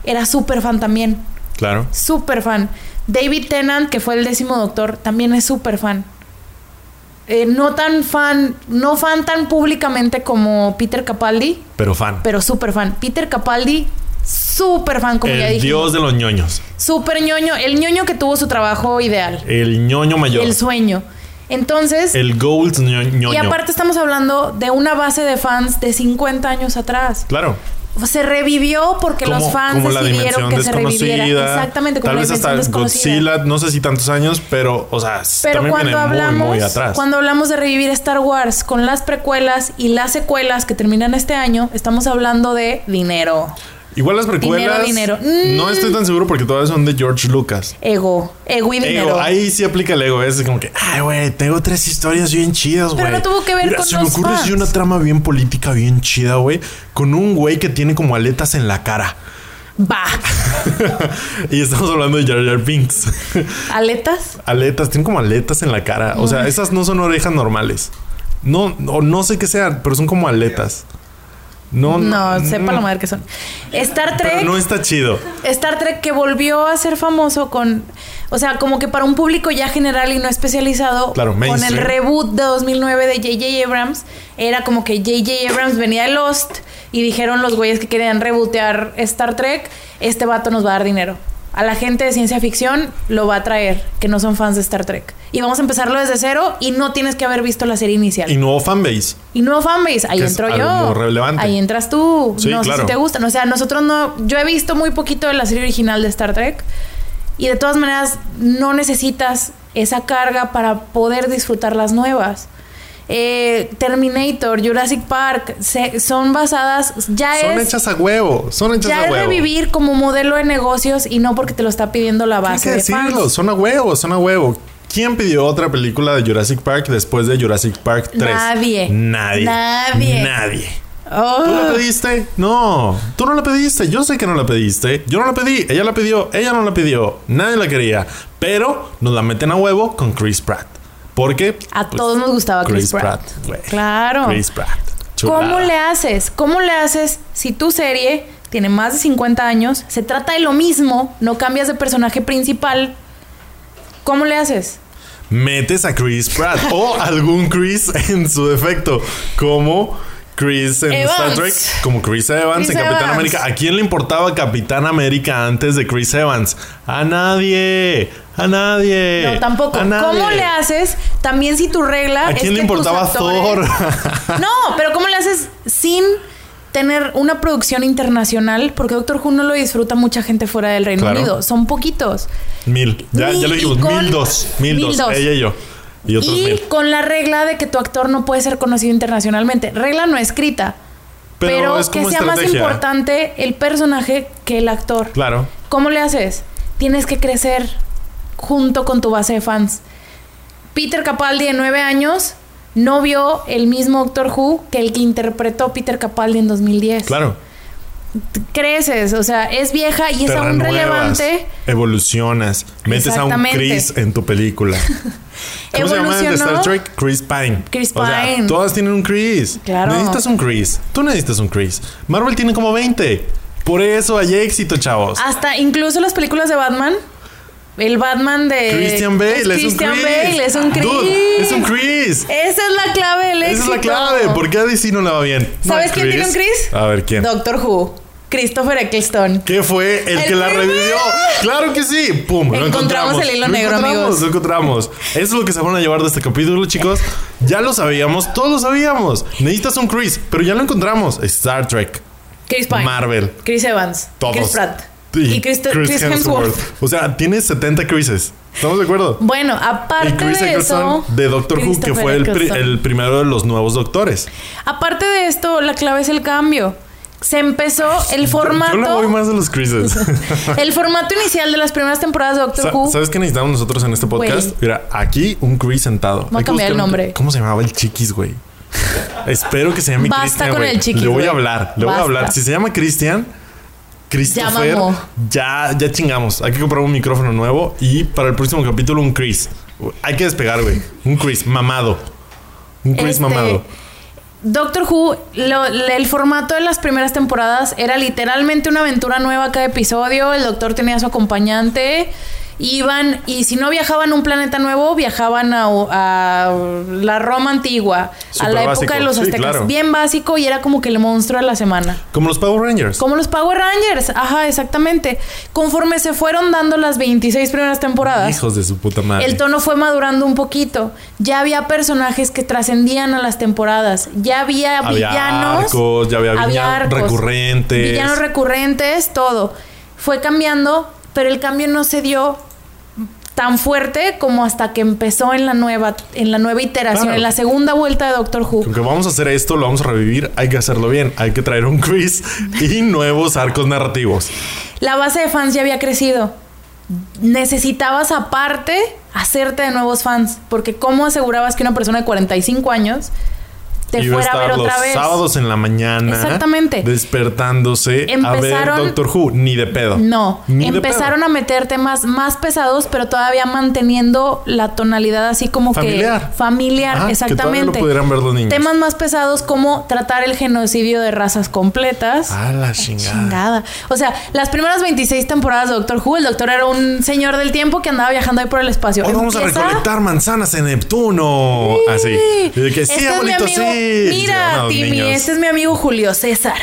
era súper fan también. Claro. Súper fan. David Tennant, que fue el décimo doctor, también es súper fan. Eh, no tan fan, no fan tan públicamente como Peter Capaldi, Pero fan. pero súper fan. Peter Capaldi, súper fan, como ya el dije. dios de los ñoños. Súper ñoño, el ñoño que tuvo su trabajo ideal, El ñoño mayor. el El, sueño. Entonces, gold ño- ñoño. y aparte estamos hablando de una base de fans de 50 años atrás. Claro. Se revivió porque Como, los fans como la decidieron dimensión que se reviviera. desconocida. Exactamente, como Tal la vez dimensión hasta desconocida. Godzilla, no sé si tantos años, pero, o sea, Pero también cuando viene hablamos, muy, muy atrás. cuando hablamos de revivir Star Wars con las precuelas y las secuelas que terminan este año, estamos hablando de dinero, Igual las precuelas. Dinero, dinero. No Mm. estoy tan seguro porque todas son de George Lucas. ego, ego y dinero. Ego, ahí sí aplica el ego. Es como que, ay, güey, tengo tres historias bien chidas, güey. Pero no tuvo que ver con Se los me ocurre fans. así una trama bien política, bien chida, güey, con un güey que tiene como aletas en la cara. Va, y estamos hablando de Jar Jar Binks. aletas. aletas, tienen como aletas en la cara. O sea, esas no son orejas normales. No, no, no sé qué sean, pero son como aletas. No, mm, No, sepa la madre que son. Star Trek, Pero no está chido. Star Trek que volvió a ser famoso con, o sea, como que para un público ya general y no especializado, Claro, con el mainstream. reboot de 2009 de J.J. Abrams, era como que J.J. Abrams venía de Lost y dijeron los güeyes que querían rebootear Star Trek, este vato nos va a dar dinero. A la gente de ciencia ficción lo va a traer, que no son fans de Star Trek. Y vamos a empezarlo desde cero y no tienes que haber visto la serie inicial. Y Y, nuevo fanbase. nuevo fanbase, ahí Que es entro algo yo. muy relevante. Ahí entras tú. Sí, no sé claro. si te gustan. O sea, nosotros no. Yo he visto muy poquito de la serie original de Star Trek. Y de todas maneras, no necesitas esa carga para poder disfrutar las nuevas. Eh, Terminator, Jurassic Park, se- son basadas. Ya Son es. hechas a huevo. Son hechas Ya a es huevo. revivir como modelo de negocios y no porque te lo está pidiendo la Hay base que de fans. decirlo, son a huevo, son a huevo. ¿Quién pidió otra película de Jurassic Park después de Jurassic Park 3? Nadie. Nadie. Nadie. Nadie. Oh. ¿Tú la pediste? No, tú no la pediste. Yo sé que no la pediste. Yo no la pedí. Ella la pidió. Ella no la pidió. Nadie la quería. Pero nos la meten a huevo con Chris Pratt. Porque A pues, todos nos gustaba Chris, Pratt. güey. Claro. Chris Pratt. ¿Cómo Chulada. le haces? ¿Cómo le haces si tu serie tiene más de 50 años, se trata de lo mismo, no cambias de personaje principal? ¿Cómo le haces? metes a Chris Pratt o algún Chris en su defecto, como Chris en Evans. Star Trek, como Chris Evans Chris en Capitán Evans. América. ¿A quién le importaba Capitán América antes de Chris Evans? A nadie, a nadie. No, tampoco. Eh, a nadie. ¿Cómo le haces? También si tu regla... ¿A es quién le que tus importaba actores- Thor? No, pero ¿cómo le haces sin tener una producción internacional? Porque Doctor Who no lo disfruta mucha gente fuera del Reino Claro. Unido. Son poquitos. mil, ya, ya Mil lo dijimos, y con- mil dos, mil dos, mil dos. ella y yo. Y otros y mil. con la regla de que tu actor no puede ser conocido internacionalmente. Regla no escrita. Pero, es que como sea más estrategia. importante el personaje que el actor. Claro. ¿Cómo le haces? Tienes que crecer junto con tu base de fans. Peter Capaldi de nueve años no vio el mismo Doctor Who que el que interpretó Peter Capaldi en 2010. Claro. Creces, o sea, es vieja y es Te aún renuevas, relevante. Evolucionas. Metes a un Exactamente. Chris en tu película. ¿Cómo se llama el de Star Trek? Chris Pine. Chris O sea, Pine. todas tienen un Chris. Claro. Necesitas un Chris. Tú necesitas un Chris. Marvel tiene como 20. Por eso hay éxito, chavos. Hasta incluso las películas de Batman. El Batman de. Christian Bale es, eh, Christian un Chris. Bale es un Chris. Dude, es un Chris. Esa es la clave del Esa es éxito. la clave. ¿Por qué a DC no la va bien? No ¿Sabes hay quién tiene un Chris? A ver, ¿quién? Doctor Who. Christopher Eccleston. ¿Qué fue el, El que la primero. revivió? ¡Claro que sí! ¡Pum! Lo Encontramos el hilo Lo negro, encontramos, amigos. Lo encontramos. Eso es lo que se van a llevar de este capítulo, chicos. Ya lo sabíamos, todos lo sabíamos. Necesitas un Chris, pero ya lo encontramos. Star Trek, Chris Pine. Marvel. Chris Evans. todos. Chris Pratt. Y Christo- Chris Hemsworth. O sea, tiene 70 Chrises. ¿Estamos de acuerdo? Bueno, aparte de eso. de Doctor Who, que Christopher fue el, pri- Eccleston. el primero de los nuevos doctores. Aparte de esto, la clave es el cambio. Se empezó el Yo le voy formato. más de los Chrises. El formato inicial de las primeras temporadas de Doctor Sa- Who. ¿Sabes qué necesitamos nosotros en este podcast? Güey. Mira, aquí un Chris sentado. a Hay que cambiar buscar el un- nombre. ¿Cómo se llamaba el chiquis, güey? Espero que se llame Basta Cristian. con güey. el Chiquis, Le voy güey. a hablar, le voy a Basta. hablar. Si se llama Cristian, Christopher, mamó. ya, ya chingamos. Hay que comprar un micrófono nuevo y para el próximo capítulo un Chris. Hay que despegar, güey. Un Chris mamado. Un Chris Este, mamado. Doctor Who, lo- el formato de las primeras temporadas era literalmente una aventura nueva cada episodio. El doctor tenía a su acompañante. Iban, y si no viajaban a un planeta nuevo, viajaban a, a la Roma antigua, a Súper la época básico. de los Sí, aztecas. claro. Bien básico y era como que el monstruo de la semana. Como los Power Rangers. Como los Power Rangers, ajá, exactamente. Conforme se fueron dando las 26 primeras temporadas, Hijos de su puta madre. el tono fue madurando un poquito. Ya había personajes que trascendían a las temporadas. Ya había, Había villanos. arcos, ya había villanos arcos, recurrentes. Villanos recurrentes, todo. Fue cambiando, pero el cambio no se dio tan fuerte como hasta que empezó en la nueva, en la nueva iteración, Claro. en la segunda vuelta de Doctor Who. Con que vamos a hacer esto, lo vamos a revivir, hay que hacerlo bien, hay que traer un quiz y nuevos arcos narrativos. La base de fans ya había crecido. Necesitabas aparte hacerte de nuevos fans, porque ¿cómo asegurabas que una persona de 45 años te Iba a fuera a ver estar otra los vez? sábados en la mañana. Exactamente. Despertándose a Empezaron- ver Doctor Who, ni de pedo. No, Ni de empezaron pedo. a meter temas más pesados, pero todavía manteniendo la tonalidad así como Familiar. que familiar, Ajá, Ah, que todavía exactamente. lo pudieran ver los niños. Temas más pesados como tratar el genocidio de razas completas. A la chingada. Chingada. O sea, las primeras 26 temporadas de Doctor Who, el doctor era un señor del tiempo que andaba viajando ahí por el espacio. Hoy vamos a Empieza- recolectar manzanas en Neptuno. Así. Y de que sí, Este es mi abuelito, amigo- sí. Mira, Llevan a los Timmy, niños. este es mi amigo Julio César.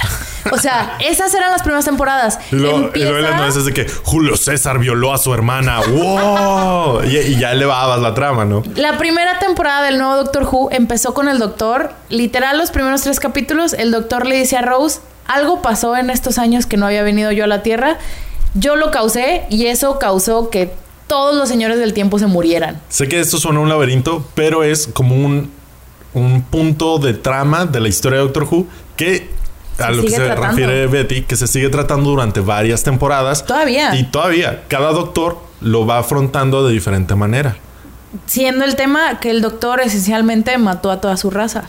O sea, esas eran las primeras temporadas. Y luego, y Empieza- luego las nueces de que Julio César violó a su hermana. ¡Wow! y, y ya elevabas la trama, ¿no? La primera temporada del nuevo Doctor Who empezó con el Doctor. Literal, los primeros tres capítulos, el Doctor le dice a Rose, algo pasó en estos años que no había venido yo a la Tierra. Yo lo causé y eso causó que todos los señores del tiempo se murieran. Sé que esto suena a un laberinto, pero es como un, un punto de trama de la historia de Doctor Who que a Se lo que sigue se tratando. refiere Betty, que se sigue tratando durante varias temporadas. Todavía. Y todavía, cada doctor lo va afrontando de diferente manera. Siendo el tema que el Doctor esencialmente mató a toda su raza.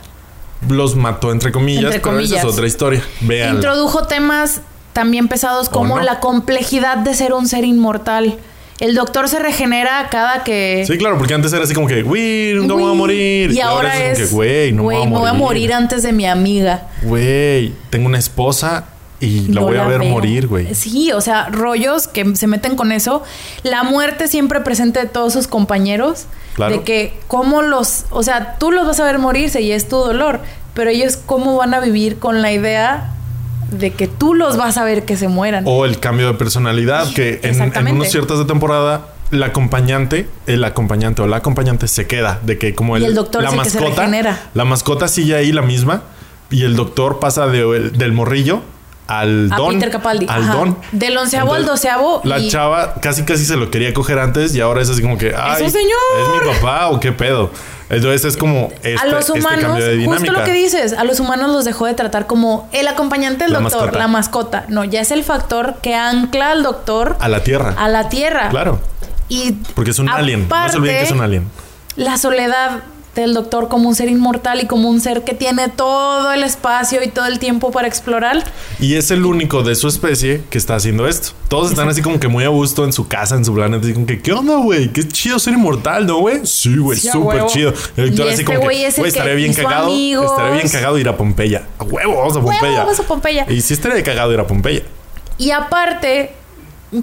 Los mató entre comillas, Entre pero esa comillas. es otra historia. Vean. Introdujo temas también pesados como no? la complejidad de ser un ser inmortal. El doctor se regenera cada que... Sí, claro, porque antes era así como que, güey, nunca me voy a Uy, morir. Y, ahora, es, como que, güey, no "Güey, me voy a morir. antes de mi amiga. Güey, tengo una esposa y la No voy a ver veo". morir, güey. Sí, o sea, rollos que se meten con eso. La muerte siempre presente de todos sus compañeros. Claro. De que cómo los... O sea, tú los vas a ver morirse y es tu dolor. Pero ellos cómo van a vivir con la idea de que tú los vas a ver que se mueran. O el cambio de personalidad, que en- en, Exactamente. unas ciertas de temporada, la acompañante, el acompañante o la acompañante se queda, de que como Y el doctor la sí que se regenera. la mascota sigue ahí la misma y el doctor pasa de- del morrillo al A don, Peter Capaldi. al Ajá. don. Del onceavo al doceavo La y- chava casi casi se lo quería coger antes y ahora es así como que, ay, un señor! es mi papá o qué pedo. Entonces es como este, a los este humanos, cambio de dinámica. justo lo que dices, a los humanos los dejó de tratar como el acompañante del La doctor, mascota. la mascota. No, ya es el factor que ancla al doctor a la tierra. a la tierra. Claro, Y porque es un alien. No se olviden que es un aparte, alien. La soledad del doctor como un ser inmortal y como un ser que tiene todo el espacio y todo el tiempo para explorar. Y es el único de su especie que está haciendo esto. Todos están así como que muy a gusto en su casa, en su planeta. Así como que, ¿qué onda, güey? Qué chido ser inmortal, ¿no, güey? Sí, güey, Sí, a súper huevo. chido. El doctor Y así este como güey que, es el güey, que estaré bien hizo cagado. amigos". Estaré bien cagado ir a Pompeya. A huevo, vamos a Pompeya. vamos a Pompeya. Y sí estaré cagado ir a Pompeya. Y aparte,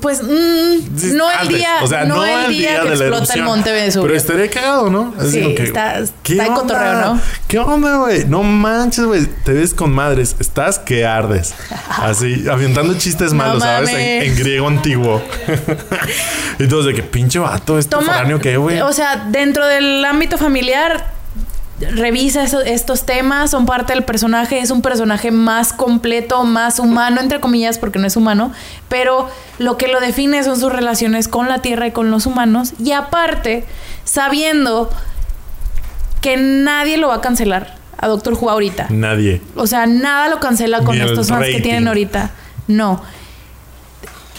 pues mm, Sí, no el antes. día, O sea, no, el día, que de la explota el erupción. Monte Vesubio. Pero estaría cagado, ¿no? Así Sí, como está- ¿qué está el cotorreo, ¿no? ¿Qué onda, güey? No manches, güey. Te ves con madres. Estás que ardes. Así, aventando chistes No malos, ¿sabes? En, mames. en griego antiguo. Entonces, de que pinche vato, esto Toma, foráneo que, güey. O sea, dentro del ámbito familiar revisa eso- estos temas, son parte del personaje, es un personaje más completo, más humano, entre comillas, porque no es humano, pero lo que lo define son sus relaciones con la Tierra y con los humanos, y aparte, sabiendo que nadie lo va a cancelar a Doctor Who ahorita. Nadie. O sea, nada lo cancela con Ni el estos fans que rating. tienen ahorita. No.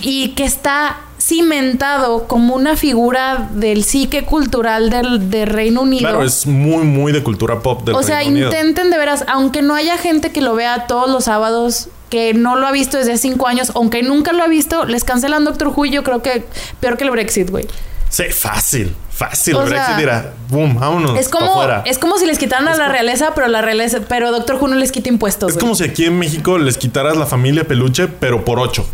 Y que está cimentado como una figura del psique cultural del, de Reino Unido. Claro, es muy, muy de cultura pop del o sea, Reino Unido. intenten de veras, aunque no haya gente que lo vea todos los sábados, que no lo ha visto desde hace cinco años, aunque nunca lo ha visto, les cancelan Doctor Who, yo creo que peor que el Brexit, güey. Sí, fácil, fácil. O Brexit sea, dirá, boom, vámonos. Es pa' como, afuera". es como si les quitaran a la realeza, pero la realeza, pero Doctor Who no les quita impuestos. Es güey. como si aquí en México les quitaras la familia peluche, pero por 8.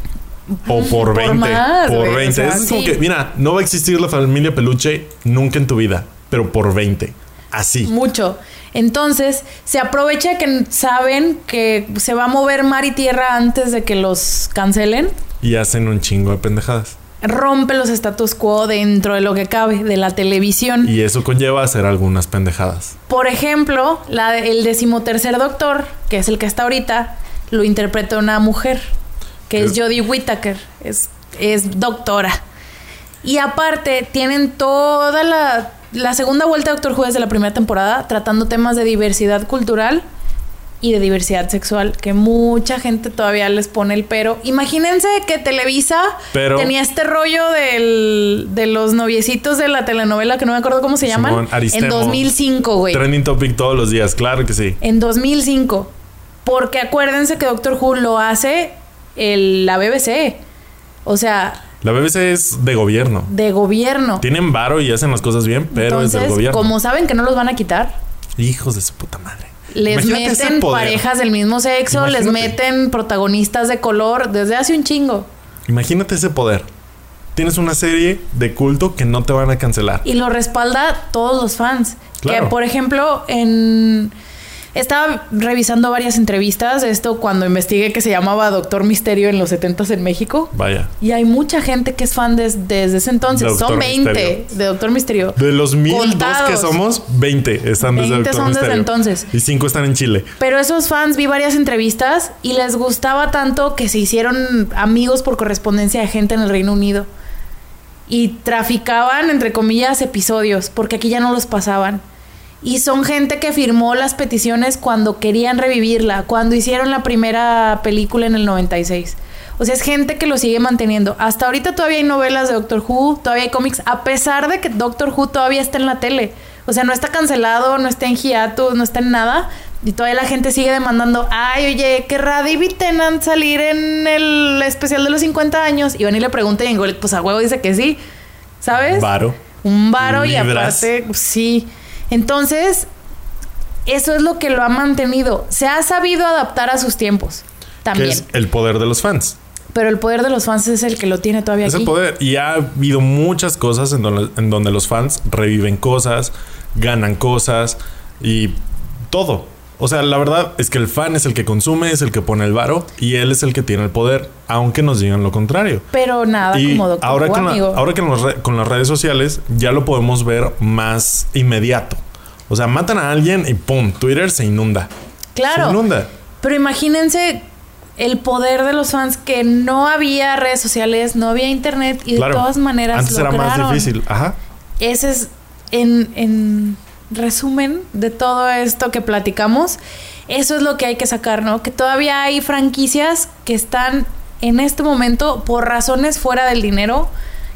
O por 20. Por, más, güey, o 20. sea, es como sí. que, mira, no va a existir la familia peluche nunca en tu vida, pero por 20. Así. Mucho. Entonces, se aprovecha que saben que se va a mover mar y tierra antes de que los cancelen. Y hacen un chingo de pendejadas. Rompe los status quo dentro de lo que cabe de la televisión. Y eso conlleva hacer algunas pendejadas. Por ejemplo, la de- el decimotercer doctor, que es el que está ahorita, lo interpreta una mujer, que es ¿Qué? Jodie Whittaker, es, es doctora. Y aparte, tienen toda la, la segunda vuelta de Doctor Who de la primera temporada, tratando temas de diversidad cultural y de diversidad sexual, que mucha gente todavía les pone el pero. Imagínense que Televisa Pero- tenía este rollo del- de los noviecitos de la telenovela, que no me acuerdo cómo se llaman, Simón, Aristemo. en 2005, güey. Trending topic todos los días, claro que sí. En 2005. Porque acuérdense que Doctor Who lo hace el- la BBC. O sea, La BBC es de gobierno. de gobierno. Tienen varo y hacen las cosas bien, pero es del gobierno. como saben que no los van a quitar, Hijos de su puta madre. les Imagínate ese meten poder. parejas del mismo sexo, les Imagínate. meten protagonistas de color desde hace un chingo. Imagínate ese poder. Tienes una serie de culto que no te van a cancelar. Y lo respalda todos los fans. Claro. Que, por ejemplo, en... Estaba revisando varias entrevistas de esto cuando investigué que se llamaba Doctor Misterio en los 70s en México. Vaya. Y hay mucha gente que es fan des- desde ese entonces. Doctor son 20 Misterio. de Doctor Misterio. De los mil Contados. que somos, 20 están desde 20 Doctor son desde Misterio. entonces. Y 5 están en Chile. Pero esos fans vi varias entrevistas y les gustaba tanto que se hicieron amigos por correspondencia de gente en el Reino Unido. Y traficaban, entre comillas, episodios, porque aquí ya no los pasaban. Y son gente que firmó las peticiones cuando querían revivirla, cuando hicieron la primera película en el 96. O sea, es gente que lo sigue manteniendo. Hasta ahorita todavía hay novelas de Doctor Who, todavía hay cómics, a pesar de que Doctor Who todavía está en la tele. O sea, no está cancelado, no está en hiatus, no está en nada. Y todavía la gente sigue demandando, ay, oye, querrá David Tennant salir en el especial de los 50 años. Y van y le preguntan y Ingol, pues a huevo dice que sí. ¿Sabes? Varo. Un varo y Libras. aparte, sí. Entonces, eso es lo que lo ha mantenido. Se ha sabido adaptar a sus tiempos Que también. es el poder de los fans. Pero el poder de los fans es el que lo tiene todavía Es aquí. el poder. Y ha habido muchas cosas en donde, en donde los fans reviven cosas, ganan cosas y todo. O sea, la verdad es que el fan es el que consume, es el que pone el varo y él es el que tiene el poder, aunque nos digan lo contrario. Pero nada Y como Doctor ahora, Who, con la- amigo. ahora que en los re- con las redes sociales ya lo podemos ver más inmediato. O sea, matan a alguien y pum, Twitter se inunda. Se claro. inunda. Pero imagínense el poder de los fans que no había redes sociales, no había internet y de Claro. todas maneras Antes era más lograron. difícil. Ajá. Ese es, en, en resumen de todo esto que platicamos, eso es lo que hay que sacar, ¿no? Que todavía hay franquicias que están en este momento por razones fuera del dinero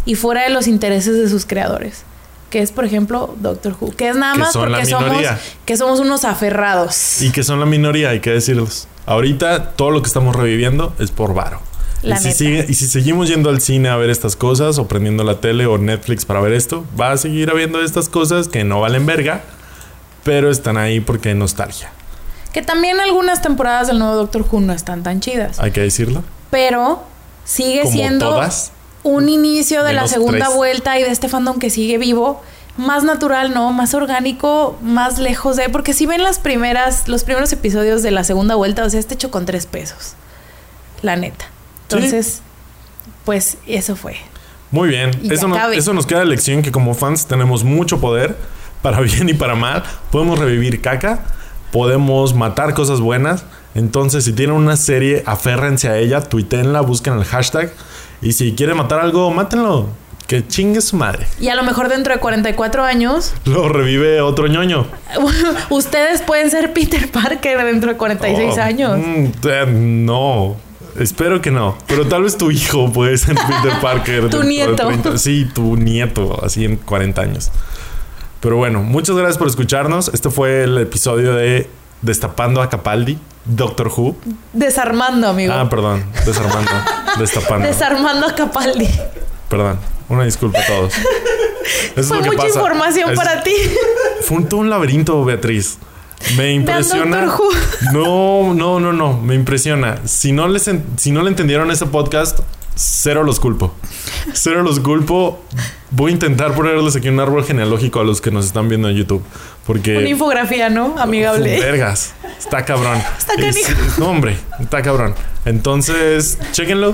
y fuera de los intereses de sus creadores. Que es, por ejemplo, Doctor Who. Que es nada Que más son la porque somos, minoría. que somos unos aferrados. Y que son la minoría, hay que decirlos. Ahorita todo lo que estamos reviviendo es por varo. La y, si neta. sigue- y si seguimos yendo al cine a ver estas cosas, o prendiendo la tele o Netflix para ver esto, va a seguir habiendo estas cosas que no valen verga, pero están ahí porque hay nostalgia. Que también algunas temporadas del nuevo Doctor Who no están tan chidas. Hay que decirlo. Pero sigue Como siendo... todas. un inicio de la Menos segunda tres. vuelta y de este fandom que sigue vivo, más natural, ¿no? Más orgánico, más lejos de. Porque si ven las primeras, los primeros episodios de la segunda vuelta, o sea, este hecho con tres pesos. La neta. Entonces, pues eso fue. Muy bien. Y ya Eso, nos- cabe. eso nos queda la lección que como fans tenemos mucho poder, para bien y para mal. Podemos revivir caca, podemos matar cosas buenas. Entonces, si tienen una serie, aférrense a ella, tuiteenla, busquen el hashtag. Y si quieren matar algo, mátenlo. Que chingue su madre. Y a lo mejor dentro de 44 años, Lo revive otro ñoño. ustedes pueden ser Peter Parker dentro de 46 Oh, años. mm, eh, no. Espero que no. Pero tal vez tu hijo puede ser Peter Parker. dentro de nieto. 30. sí, tu nieto, así en 40 años. Pero bueno, muchas gracias por escucharnos. Este fue el episodio de Destapando a Capaldi, Doctor Who. Desarmando, amigo. Ah, perdón, desarmando. Destapando. Desarmando a Capaldi. perdón. Una disculpa a todos. Eso es Fue lo que mucha pasa. información Es- para ti. Fue un, todo un laberinto, Beatriz. Me impresiona. Doctor No, no, no, no. Me impresiona. Si no les en- si no le entendieron ese podcast, cero los culpo. Cero los culpo. Voy a intentar ponerles aquí un árbol genealógico a los que nos están viendo en YouTube. Porque. Una infografía, ¿no? Fu- Amigable. Vergas. Está cabrón. Está Es- canijo. no, hombre. Está cabrón. Entonces, chéquenlo.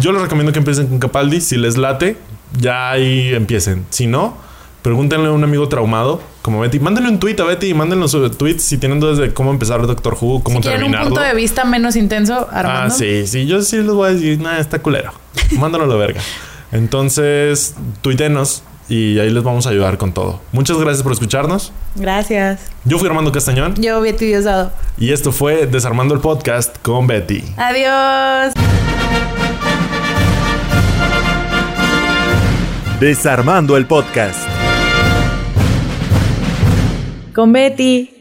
Yo les recomiendo que empiecen con Capaldi. Si les late, ya ahí empiecen. Si no, pregúntenle a un amigo traumado como Betty. Mándenle un tweet a Betty. Mándenle sus tweets si tienen dudas de cómo empezar Doctor Who, cómo Si quieren un terminarlo. punto de vista menos intenso, ah, Armando. sí, sí. Yo sí les voy a decir, nada, está culero. Mándanos a la verga. Entonces, tuitenos y ahí les vamos a ayudar con todo. Muchas gracias por escucharnos. Gracias. Yo fui Armando Castañón. Yo, Betty Diosdado. Y esto fue Desarmando el Podcast con Betty. Adiós. Desarmando el podcast. Con Betty.